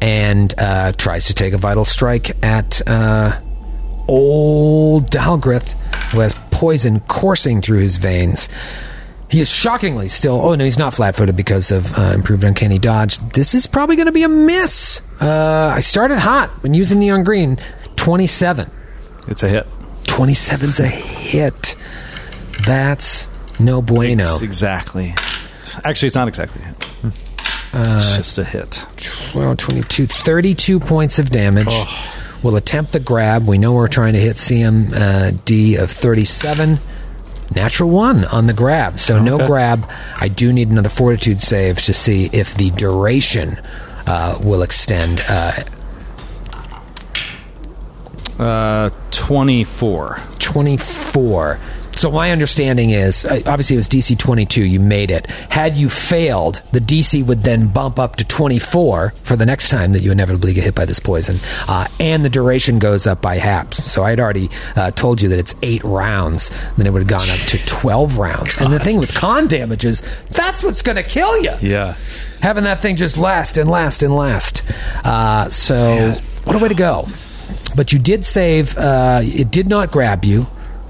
[SPEAKER 2] and uh, tries to take a vital strike at uh, old Dalgrith, who has poison coursing through his veins. He is shockingly still. Oh no, he's not flat-footed because of uh, improved uncanny dodge. This is probably going to be a miss. Uh, I started hot when using neon green. Twenty-seven.
[SPEAKER 6] it's a hit.
[SPEAKER 2] 27's a hit. That's no bueno.
[SPEAKER 6] It's Exactly. Actually, it's not exactly a hit. it's just a hit.
[SPEAKER 2] 12, 22, 32 points of damage. We'll attempt the grab. We know we're trying to hit CMD of 37. Natural one on the grab. So no grab. I do need another fortitude save to see if the duration uh, will extend. Uh,
[SPEAKER 6] Uh, 24.
[SPEAKER 2] 24. So my understanding is, uh, obviously it was DC 22. You made it. Had you failed, the DC would then bump up to 24 for the next time that you inevitably get hit by this poison, uh, and the duration goes up by halves. So I had already uh, told you that it's eight rounds. Then it would have gone up to 12 rounds. And the thing with con damage is, that's what's going to kill you.
[SPEAKER 3] Yeah.
[SPEAKER 2] Having that thing just last and last and last. Uh, so, what a way to go. But you did save, uh, it did not grab you,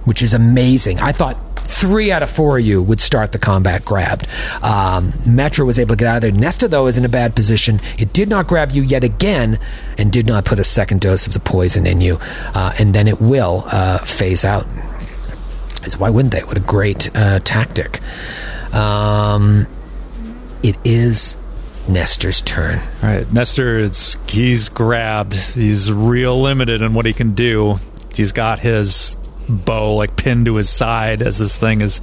[SPEAKER 2] which is amazing. I thought three out of four of you would start the combat grabbed. Um, Metro was able to get out of there. Nesta, though, is in a bad position. It did not grab you yet again and did not put a second dose of the poison in you. Uh, and then it will uh, phase out. Because why wouldn't they? What a great uh, tactic. Um, it is Nestor's turn.
[SPEAKER 3] All right, Nestor, it's, he's grabbed. He's real limited in what he can do. He's got his bow like pinned to his side as this thing is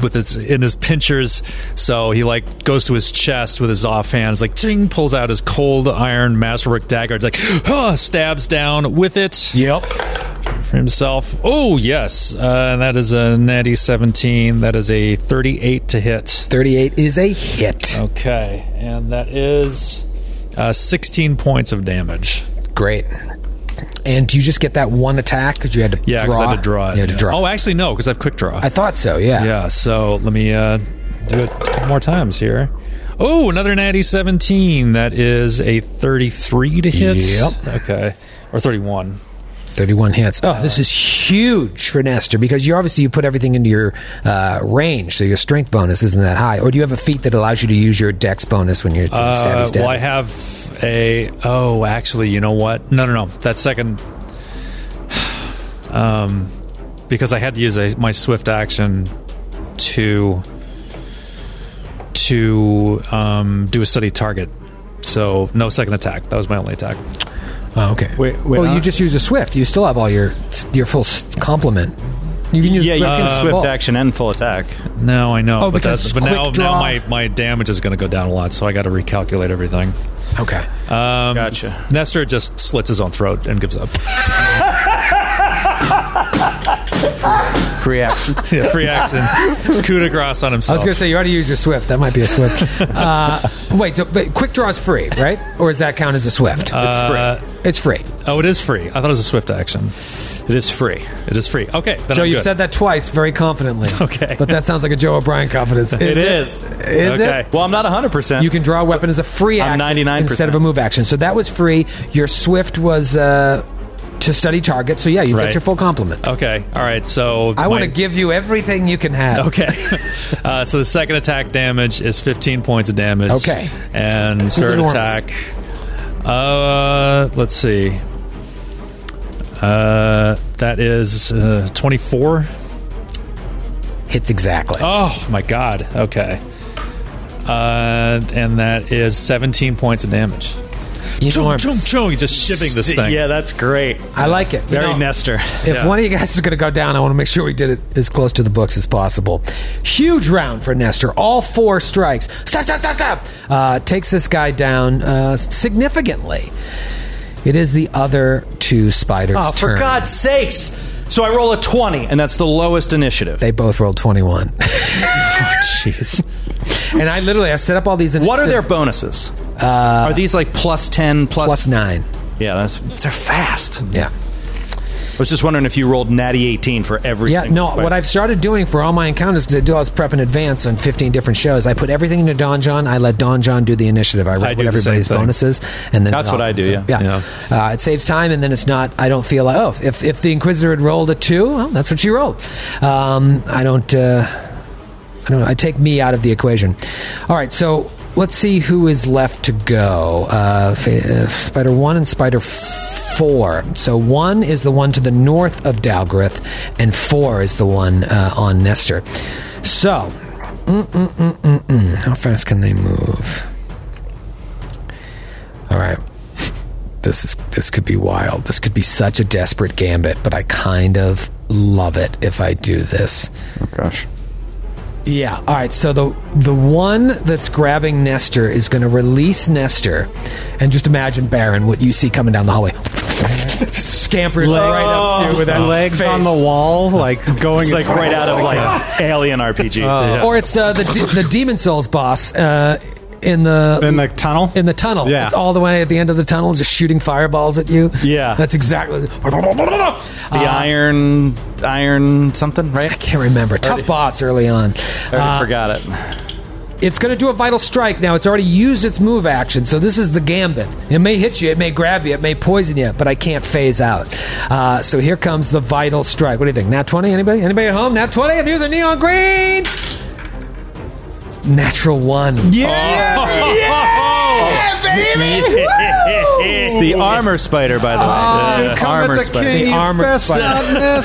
[SPEAKER 3] with its in his pinchers. So he like goes to his chest with his offhand. It's like ting pulls out his cold iron masterwork dagger. It's like huh, stabs down with it
[SPEAKER 2] Yep.
[SPEAKER 3] for himself. Oh yes, uh, and that is a natty seventeen. That is a thirty-eight to hit.
[SPEAKER 2] 38 is a hit.
[SPEAKER 3] Oh. Okay, and that is uh, 16 points of damage.
[SPEAKER 2] Great. And do you just get that one attack because you had to
[SPEAKER 3] Yeah,
[SPEAKER 2] draw?
[SPEAKER 3] because I had to draw it.
[SPEAKER 2] You had to
[SPEAKER 3] yeah.
[SPEAKER 2] draw.
[SPEAKER 3] Oh, actually, no, because I have quick draw.
[SPEAKER 2] I thought so, yeah.
[SPEAKER 3] yeah, so let me uh, do it a couple more times here. Oh, another natty 17. That is a 33 to hit.
[SPEAKER 2] Yep.
[SPEAKER 3] Okay. Or 31.
[SPEAKER 2] 31 hits. Oh, this is huge for Nestor because you obviously you put everything into your uh, range, so your strength bonus isn't that high. Or do you have a feat that allows you to use your dex bonus when you're doing
[SPEAKER 3] Uh,
[SPEAKER 2] stabby stab?
[SPEAKER 3] well, I have a. Oh, actually, you know what? No, no, no. That second. Um, because I had to use a, my swift action to to um, do a study target. So no second attack. That was my only attack.
[SPEAKER 2] oh, okay.
[SPEAKER 6] Wait, wait,
[SPEAKER 2] well,
[SPEAKER 6] huh?
[SPEAKER 3] uh,
[SPEAKER 2] you just use a swift. You still have all your your full s- complement. You can use
[SPEAKER 6] Yeah, you
[SPEAKER 2] swift
[SPEAKER 6] can
[SPEAKER 2] as
[SPEAKER 6] swift
[SPEAKER 2] well.
[SPEAKER 6] action and full attack.
[SPEAKER 3] No, I know.
[SPEAKER 2] Oh,
[SPEAKER 3] but
[SPEAKER 2] because
[SPEAKER 3] that's, but
[SPEAKER 2] quick
[SPEAKER 3] now,
[SPEAKER 2] draw.
[SPEAKER 3] now my, my damage is going to go down a lot, so I got to recalculate everything.
[SPEAKER 2] Okay.
[SPEAKER 3] Um,
[SPEAKER 6] Gotcha.
[SPEAKER 3] Nestor just slits his own throat and gives up.
[SPEAKER 5] Free action.
[SPEAKER 3] Free action. Coup de grace on
[SPEAKER 2] I
[SPEAKER 3] himself.
[SPEAKER 2] was going to say you already used your swift. That might be a swift. uh, wait, so- but quick draw is free, right? Or does that count as a swift?
[SPEAKER 3] Uh,
[SPEAKER 2] it's free.
[SPEAKER 3] Oh, it is free. I thought it was a swift action.
[SPEAKER 6] It is free.
[SPEAKER 3] It is free. Okay, then
[SPEAKER 2] Joe,
[SPEAKER 3] I'm
[SPEAKER 2] you've
[SPEAKER 3] good.
[SPEAKER 2] said that twice very confidently.
[SPEAKER 3] Okay.
[SPEAKER 2] But that sounds like a Joe O'Brien confidence. Is
[SPEAKER 6] It is.
[SPEAKER 2] Is
[SPEAKER 3] Okay.
[SPEAKER 6] Well, I'm not 100%.
[SPEAKER 2] it? You can draw a weapon as a free
[SPEAKER 6] I'm
[SPEAKER 2] action
[SPEAKER 6] 99%.
[SPEAKER 2] instead of a move action. So that was free. Your swift was uh, to study target. So yeah, you got
[SPEAKER 3] Right. Uh,
[SPEAKER 2] your full compliment.
[SPEAKER 3] Okay, all right. So
[SPEAKER 2] I want to
[SPEAKER 3] my-
[SPEAKER 2] give you everything you can have.
[SPEAKER 3] Okay, uh, so the second attack damage is 15 points of damage.
[SPEAKER 2] Okay.
[SPEAKER 3] and
[SPEAKER 2] is
[SPEAKER 3] third
[SPEAKER 2] enormous.
[SPEAKER 3] attack. Uh, let's see. Uh, that is uh, 24.
[SPEAKER 2] Hits exactly.
[SPEAKER 3] Oh my god. Okay. Uh, and that is 17 points of damage. Chum,
[SPEAKER 2] Enormous.
[SPEAKER 3] chum, chum. He's just shipping this thing.
[SPEAKER 6] Yeah, that's great.
[SPEAKER 2] I like it. You
[SPEAKER 6] Very
[SPEAKER 2] know,
[SPEAKER 6] Nestor.
[SPEAKER 2] If
[SPEAKER 3] Yeah.
[SPEAKER 2] one of you guys is going to go down, I want to make sure we did it as close to the books as possible. Huge round for Nestor. All four strikes. Stop, stop, stop, stop. Uh, takes this guy down uh, significantly. It is the other two spiders'
[SPEAKER 6] Oh, for
[SPEAKER 2] turn.
[SPEAKER 6] God's sakes. So I roll a 20, and that's the lowest initiative.
[SPEAKER 2] They both rolled 21.
[SPEAKER 3] Jeez.
[SPEAKER 2] and I literally, I set up all these.
[SPEAKER 6] Oh, what are their
[SPEAKER 2] initiatives.
[SPEAKER 6] bonuses? Uh, are these like plus 10, plus...
[SPEAKER 2] Plus nine.
[SPEAKER 6] Yeah, that's, they're fast.
[SPEAKER 2] Yeah.
[SPEAKER 6] I was just wondering if you rolled natty 18 for every
[SPEAKER 2] Yeah,
[SPEAKER 6] single
[SPEAKER 2] no,
[SPEAKER 6] spider.
[SPEAKER 2] what I've started doing for all my encounters, because I do all this prep in advance on 15 different shows, I put everything into Don John. I let Don John do the initiative. I write
[SPEAKER 3] do
[SPEAKER 2] what
[SPEAKER 3] the
[SPEAKER 2] everybody's
[SPEAKER 3] same thing.
[SPEAKER 2] bonuses. and then
[SPEAKER 6] That's
[SPEAKER 2] it all
[SPEAKER 6] what I
[SPEAKER 2] comes
[SPEAKER 6] do,
[SPEAKER 2] up.
[SPEAKER 6] yeah.
[SPEAKER 2] Yeah. Uh, it saves time, and then it's not, I don't feel like, oh, if, if the Inquisitor had rolled a two, well, that's what she rolled. Um, I don't, uh, I don't know. I take me out of the equation. All right, so let's see who is left to go. Uh, fa- uh, spider one and spider f- four. So one is the one to the north of Dalgrith, and four is the one uh, on Nestor. So, mm-mm-mm-mm-mm. how fast can they move? All right. This is this could be wild. This could be such a desperate gambit, but I kind of love it if I do this.
[SPEAKER 5] Oh, gosh.
[SPEAKER 2] Yeah. All right. So the the one that's grabbing Nestor is going to release Nestor, and just imagine Baron what you see coming down the hallway, scampers right up to you with that
[SPEAKER 4] legs
[SPEAKER 2] face.
[SPEAKER 4] on the wall, like going Uh,
[SPEAKER 6] It's like right out of like Alien RPG.
[SPEAKER 2] Or it's the the, de- the Demon Souls boss uh, in the
[SPEAKER 4] in the tunnel.
[SPEAKER 2] in the tunnel.
[SPEAKER 4] Yeah.
[SPEAKER 2] It's all the way at the end of the tunnel, just shooting fireballs at you.
[SPEAKER 6] Yeah.
[SPEAKER 2] That's exactly the
[SPEAKER 6] The
[SPEAKER 4] Uh,
[SPEAKER 6] iron, iron something, right?
[SPEAKER 2] I can't remember. Tough boss early on.
[SPEAKER 6] I already
[SPEAKER 2] Uh,
[SPEAKER 6] forgot it.
[SPEAKER 2] It's going to do a vital strike now. It's already used its move action, so this is the gambit. It may hit you, it may grab you, it may poison you, but I can't phase out. Uh, so here comes the vital strike. What do you think? Nat 20? Anybody? Anybody at home? Nat 20? I'm using neon green! Natural one. Oh.
[SPEAKER 6] It's the armor spider, by the way. the armor spider.
[SPEAKER 2] The armor spider.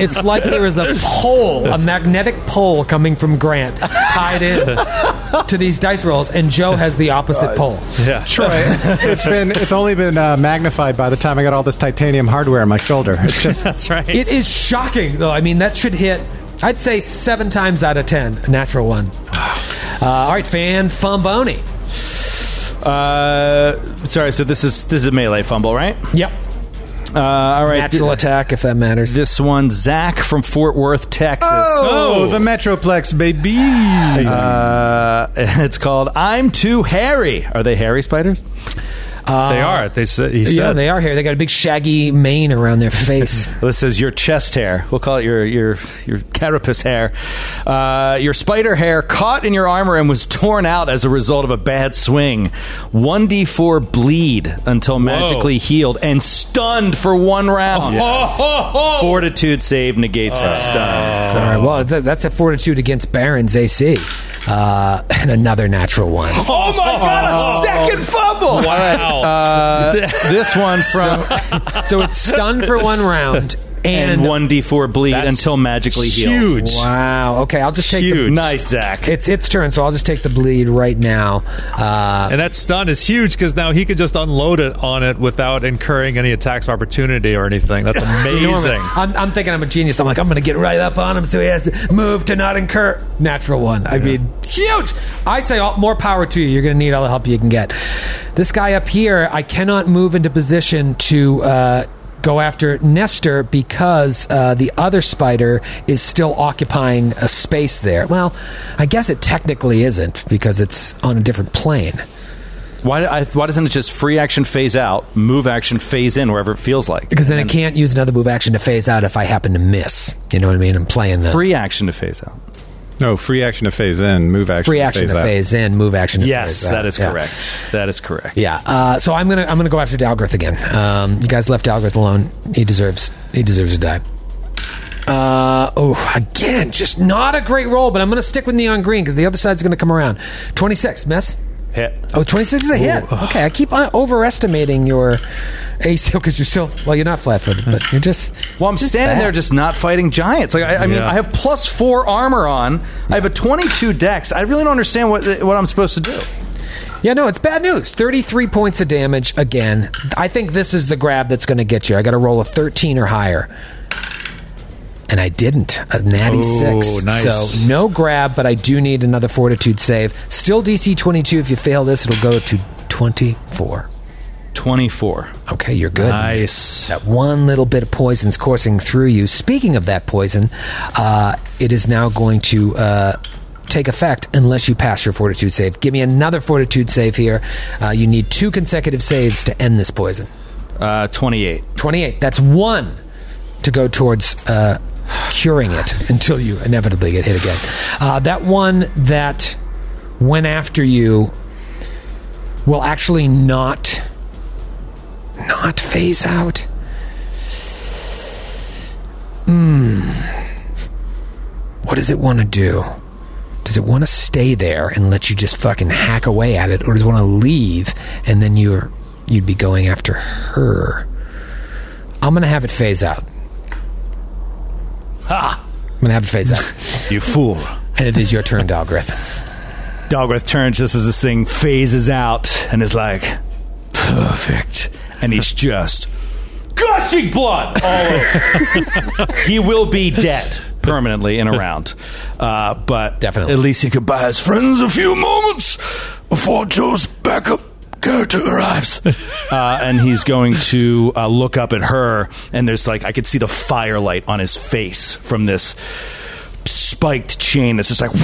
[SPEAKER 2] It's like there is a pole, a magnetic pole coming from Grant tied in to these dice rolls, and Joe has the opposite pole.
[SPEAKER 4] Troy, it's been it's only been uh, magnified by the time I got all this titanium hardware on my shoulder. It's just oh,
[SPEAKER 3] That's right.
[SPEAKER 2] It is shocking, though. I mean, that should hit, I'd say, seven times out of ten. A natural one. Uh, all right, fan Fumboni.
[SPEAKER 6] Uh, sorry, so this is this is a melee fumble, right?
[SPEAKER 2] Yep.
[SPEAKER 6] Uh, all right.
[SPEAKER 2] Natural attack, if that matters.
[SPEAKER 6] This one, Zach from Fort Worth, Texas. Oh,
[SPEAKER 4] oh, the Metroplex, baby.
[SPEAKER 6] Uh, it's called "I'm Too Hairy." Are they hairy spiders?
[SPEAKER 3] they are. They said. He said.
[SPEAKER 2] yeah, they are here. They got a big shaggy mane around their face.
[SPEAKER 6] This says your chest hair. We'll call it your your your carapace hair. Uh, your spider hair caught in your armor and was torn out as a result of a bad swing. One d four bleed until magically healed and stunned for one round.
[SPEAKER 3] Oh,
[SPEAKER 2] Oh
[SPEAKER 6] Fortitude save negates that stun.
[SPEAKER 2] All right, well, th- that's a fortitude against Baron's AC, uh, and another natural one.
[SPEAKER 6] Oh my god! A second fumble.
[SPEAKER 3] Wow.
[SPEAKER 6] Uh, this one from
[SPEAKER 2] So it's stunned for one round and,
[SPEAKER 6] and one d four bleed until magically healed.
[SPEAKER 3] huge.
[SPEAKER 2] Wow. Okay, I'll just take the.
[SPEAKER 6] Nice, uh, Zach.
[SPEAKER 2] It's its turn, so I'll just take the bleed right now. Uh,
[SPEAKER 3] And that stun is huge because now he could just unload it on it without incurring any attacks of opportunity or anything. That's amazing.
[SPEAKER 2] I'm, I'm thinking I'm a genius. I'm like, I'm going to get right up on him so he has to move to not incur. Natural one. I mean, huge. I say all, more power to you. You're going to need all the help you can get. This guy up here, I cannot move into position to. Uh, Go after Nestor because uh, the other spider is still occupying a space there. Well, I guess it technically isn't because it's on a different plane.
[SPEAKER 6] Why, I, why doesn't it just free action phase out, move action phase in wherever it feels like?
[SPEAKER 2] Because then I can't use another move action to phase out if I happen to miss. You know what I mean? I'm playing the free,
[SPEAKER 6] free action to phase out.
[SPEAKER 4] No, free action to phase in, move action. to
[SPEAKER 2] action
[SPEAKER 4] phase
[SPEAKER 2] to
[SPEAKER 4] out.
[SPEAKER 2] phase in, move action to
[SPEAKER 6] Yes,
[SPEAKER 2] phase out.
[SPEAKER 6] that is
[SPEAKER 2] Yeah.
[SPEAKER 6] correct. That is correct.
[SPEAKER 2] Yeah. Uh, so I'm gonna I'm gonna go after Dalgrith again. Um, you guys left Dalgrith alone. He deserves he deserves to die. Uh, oh, again, just not a great roll, but I'm gonna stick with neon green because the other side's gonna come around. 26, miss.
[SPEAKER 6] Hit.
[SPEAKER 2] Oh, 26 is a hit. Okay, I keep on overestimating your AC because you're so well. You're not flat-footed, but you're just
[SPEAKER 6] Well, I'm
[SPEAKER 2] just
[SPEAKER 6] standing
[SPEAKER 2] bad.
[SPEAKER 6] there just not fighting giants. Like, I, I mean,
[SPEAKER 3] Yeah.
[SPEAKER 6] I have plus four armor on. I have a 22 dex. I really don't understand what what I'm supposed to do.
[SPEAKER 2] Yeah, no, it's bad news. 33 points of damage again. I think this is the grab that's going to get you. I got to roll a 13 or higher. And I didn't. A natty
[SPEAKER 3] Oh,
[SPEAKER 2] 6.
[SPEAKER 3] nice.
[SPEAKER 2] So no grab, but I do need another fortitude save. Still DC 22. If you fail this, it'll go to 24.
[SPEAKER 6] 24.
[SPEAKER 2] Okay, you're good.
[SPEAKER 3] Nice.
[SPEAKER 2] That one little bit of poison's coursing through you. Speaking of that poison, uh, it is now going to uh, take effect unless you pass your fortitude save. Give me another fortitude save here. Uh, you need two consecutive saves to end this poison.
[SPEAKER 6] Uh, 28.
[SPEAKER 2] 28. That's one to go towards uh, curing it until you inevitably get hit again. Uh, that one that went after you will actually not not phase out. Hmm. Hmm. What does it want to do? Does it want to stay there and let you just fucking hack away at it, or does it want to leave and then you're you'd be going after her? I'm gonna have it phase out. Ha! I'm gonna have it phase out,
[SPEAKER 6] You fool.
[SPEAKER 2] and it is your turn, Dalgrith.
[SPEAKER 6] Dogworth turns just as this thing phases out and is like, perfect. And he's just gushing blood all over. he will be dead permanently in a round. Uh, but
[SPEAKER 2] Definitely.
[SPEAKER 6] at least he could buy his friends a few moments before Joe's backup character arrives. uh, and he's going to uh, look up at her, and there's like, I could see the firelight on his face from this spiked chain that's just like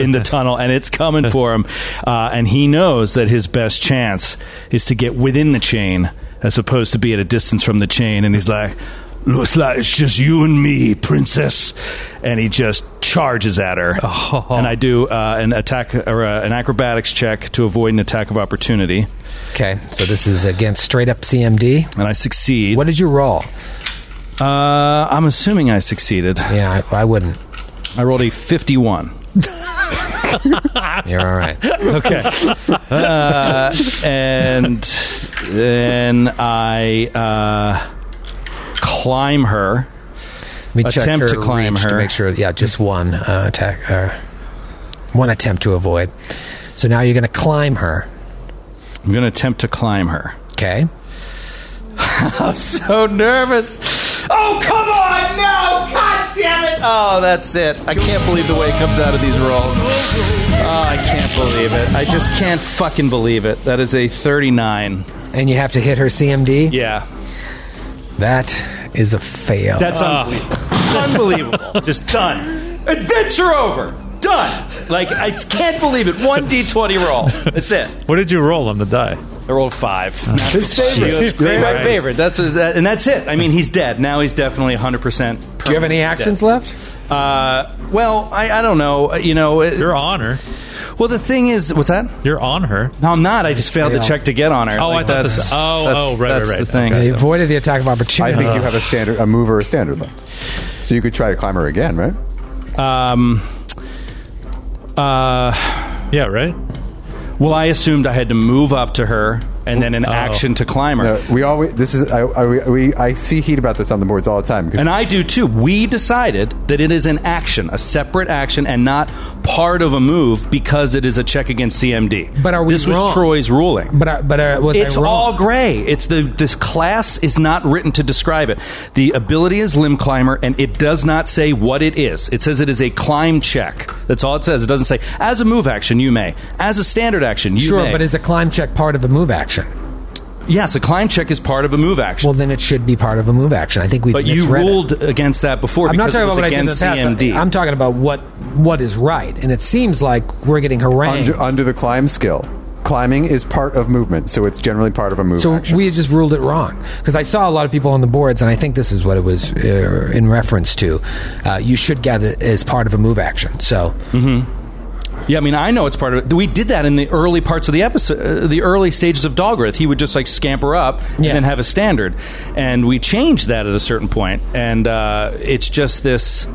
[SPEAKER 6] in the tunnel and it's coming for him uh, and he knows that his best chance is to get within the chain as opposed to be at a distance from the chain and he's like looks like it's just you and me princess and he just charges at her and i do uh, an attack or uh, an acrobatics check to avoid an attack of opportunity
[SPEAKER 2] Okay, so this is against straight up CMD.
[SPEAKER 6] and i succeed
[SPEAKER 2] What did you roll?
[SPEAKER 6] uh, i'm assuming i succeeded
[SPEAKER 2] Yeah, I, I wouldn't.
[SPEAKER 6] i rolled a 51
[SPEAKER 2] You're all right.
[SPEAKER 6] Okay. Uh, and then I uh, climb her.
[SPEAKER 2] Let me check
[SPEAKER 6] Attempt to
[SPEAKER 2] her
[SPEAKER 6] climb
[SPEAKER 2] reach to
[SPEAKER 6] her.
[SPEAKER 2] make sure. Yeah, just one uh, attack, uh, one attempt to avoid. So now you're gonna climb her.
[SPEAKER 6] I'm going to attempt to climb her.
[SPEAKER 2] Okay.
[SPEAKER 6] I'm so nervous. Oh, come on. No. God damn it. Oh, that's it. I can't believe the way it comes out of these rolls. Oh, I can't believe it. I just can't fucking believe it. That is a 39.
[SPEAKER 2] And you have to hit her CMD.
[SPEAKER 6] Yeah.
[SPEAKER 2] That is a fail.
[SPEAKER 6] That's unbelievable. unbelievable. Just done. Adventure over. Done. Like I can't believe it. One d twenty roll. That's it.
[SPEAKER 3] What did you roll on the die?
[SPEAKER 6] I rolled five.
[SPEAKER 5] His favorite.
[SPEAKER 6] He goes,
[SPEAKER 5] His
[SPEAKER 6] "Great, my
[SPEAKER 5] favorite."
[SPEAKER 6] favorite. That's a, that, and that's it. I mean, he's dead now. He's definitely 100. percent Do
[SPEAKER 2] you have any actions left?
[SPEAKER 6] Uh, well, I, I don't know. Uh, You know, it's-
[SPEAKER 3] You're on her.
[SPEAKER 6] Well, the thing is, what's that?
[SPEAKER 3] You're on her.
[SPEAKER 6] No, I'm not. I just failed to
[SPEAKER 2] Fail.
[SPEAKER 6] check to get on her.
[SPEAKER 3] Oh, I thought
[SPEAKER 6] that's
[SPEAKER 3] this- oh,
[SPEAKER 6] that's-
[SPEAKER 3] oh, right, right,
[SPEAKER 6] that's
[SPEAKER 3] right.
[SPEAKER 6] The thing.
[SPEAKER 2] They avoided the attack of opportunity.
[SPEAKER 5] I think you have a standard, a move or a standard left. So you could try to climb her again, right?
[SPEAKER 6] Um,
[SPEAKER 3] Yeah, right.
[SPEAKER 6] well, I assumed I had to move up to her and then an action to climb her.
[SPEAKER 5] No, we always. This is. I, I, we- we, I see heat about this on the boards all the time. 'cause
[SPEAKER 6] And I do too. We decided that it is an action, a separate action, and not part of a move because it is a check against CMD.
[SPEAKER 2] But are we
[SPEAKER 6] This
[SPEAKER 2] wrong?
[SPEAKER 6] was Troy's ruling.
[SPEAKER 2] But I, but uh, was
[SPEAKER 6] it's
[SPEAKER 2] I wrong?
[SPEAKER 6] all gray. It's the this class is not written to describe it. The ability is limb climber, and it does not say what it is. It says it is a climb check. That's all it says. It doesn't say as a move action you may, as a standard action you
[SPEAKER 2] sure,
[SPEAKER 6] may.
[SPEAKER 2] but is a climb check part of a move action?
[SPEAKER 6] yes, a climb check is part of a move action.
[SPEAKER 2] Well, then it should be part of a move action. I think we.
[SPEAKER 6] but you ruled against that before.
[SPEAKER 2] I'm not
[SPEAKER 6] because
[SPEAKER 2] talking
[SPEAKER 6] it was
[SPEAKER 2] about what I did in the
[SPEAKER 6] against
[SPEAKER 2] past.
[SPEAKER 6] CMD.
[SPEAKER 2] I'm talking about what what is right, and it seems like we're getting harangued.
[SPEAKER 5] under, under the climb skill, climbing is part of movement, so it's generally part of a move.
[SPEAKER 2] so
[SPEAKER 5] action.
[SPEAKER 2] we had just ruled it wrong because I saw a lot of people on the boards, and I think this is what it was uh, in reference to. Uh, you should get it as part of a move action. So
[SPEAKER 6] Yeah, I mean, I know it's part of it. We did that in the early parts of the episode, uh, the early stages of Dogrith. He would just like scamper up
[SPEAKER 2] Yeah.
[SPEAKER 6] and then have a standard, and we changed that at a certain point. And uh, it's just this.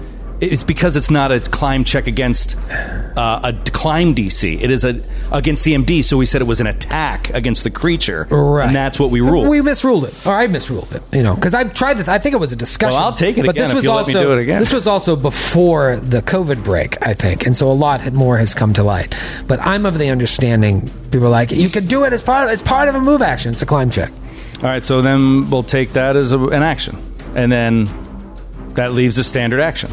[SPEAKER 6] It's because it's not a climb check against uh, a d- climb DC. It is a against CMD. So we said it was an attack against the creature,
[SPEAKER 2] right,
[SPEAKER 6] and that's what we ruled.
[SPEAKER 2] We misruled it, or I misruled it. You know, because I tried to. I think it was a discussion.
[SPEAKER 6] Well, I'll take it
[SPEAKER 2] but
[SPEAKER 6] again
[SPEAKER 2] this
[SPEAKER 6] if
[SPEAKER 2] was
[SPEAKER 6] you'll let
[SPEAKER 2] also,
[SPEAKER 6] me do it again.
[SPEAKER 2] This was also before the COVID break, I think, and so a lot had- more has come to light. But I'm of the understanding people are like you can do it as part. Of, it's part of a move action. It's a climb check.
[SPEAKER 6] All right, so then we'll take that as a, an action, and then that leaves a standard action,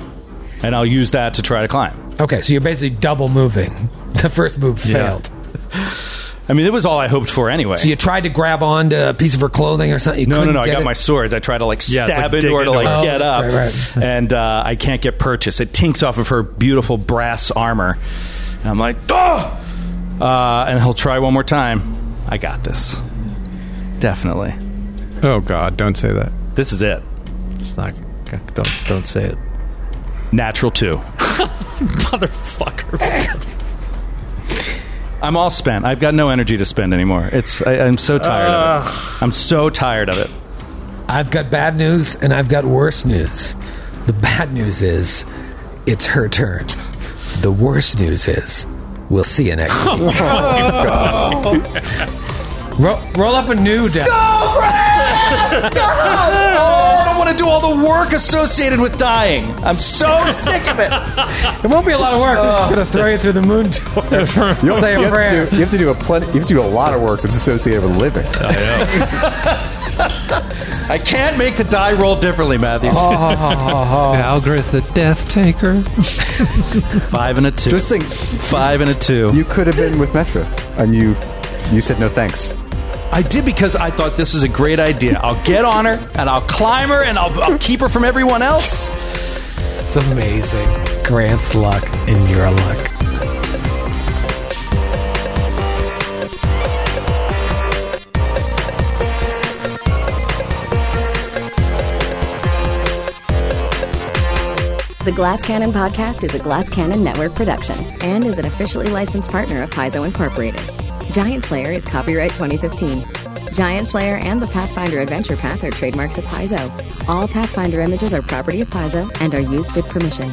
[SPEAKER 6] and I'll use that to try to climb.
[SPEAKER 2] Okay, so you're basically double moving. The first move failed.
[SPEAKER 6] I mean, it was all I hoped for anyway.
[SPEAKER 2] So you tried to grab onto a piece of her clothing or something. You
[SPEAKER 6] no, no,
[SPEAKER 2] couldn't
[SPEAKER 6] no. I
[SPEAKER 2] get
[SPEAKER 6] got
[SPEAKER 2] it.
[SPEAKER 6] my swords. I try to like
[SPEAKER 3] Yeah, it's
[SPEAKER 6] stab
[SPEAKER 3] like dig
[SPEAKER 6] into her to
[SPEAKER 3] into
[SPEAKER 6] like
[SPEAKER 2] it.
[SPEAKER 6] get
[SPEAKER 2] Oh,
[SPEAKER 6] up,
[SPEAKER 2] that's right,
[SPEAKER 6] and uh, I can't get purchase. It tinks off of her beautiful brass armor, and I'm like, ah! Uh, and he'll try one more time. I got this. Definitely,
[SPEAKER 4] Oh God, don't say that.
[SPEAKER 6] this is it.
[SPEAKER 3] It's not. Don't don't say it,
[SPEAKER 6] Natural two.
[SPEAKER 3] motherfucker.
[SPEAKER 6] I'm all spent. I've got no energy to spend anymore. It's I, I'm so tired of it. I'm so tired of it.
[SPEAKER 2] I've got bad news and I've got worse news. The bad news is it's her turn. The worst news is we'll see you next week. roll, roll up a new die.
[SPEAKER 6] Oh, I don't want to do all the work associated with dying. I'm so sick of it.
[SPEAKER 2] It won't be a lot of work. I'm just going to throw you through the moon
[SPEAKER 5] you,
[SPEAKER 2] door. Say
[SPEAKER 5] you
[SPEAKER 2] a prayer.
[SPEAKER 5] have to do, you have to do a plenty. You have to do a lot of work that's associated with living.
[SPEAKER 6] I can't make the die roll differently, Matthew.
[SPEAKER 4] Algrith the Death Taker.
[SPEAKER 6] Five and a two.
[SPEAKER 5] Just think,
[SPEAKER 6] Five and a two.
[SPEAKER 5] you could have been with Metra, and you you said no thanks.
[SPEAKER 6] I did because I thought this was a great idea. I'll get on her and I'll climb her and I'll, I'll keep her from everyone else.
[SPEAKER 2] It's amazing. Grant's luck and your luck.
[SPEAKER 10] The Glass Cannon Podcast is a Glass Cannon Network production and is an officially licensed partner of Paizo Incorporated. Giant Slayer is copyright 2015. Giant Slayer and the Pathfinder Adventure Path are trademarks of Paizo. All Pathfinder images are property of Paizo and are used with permission.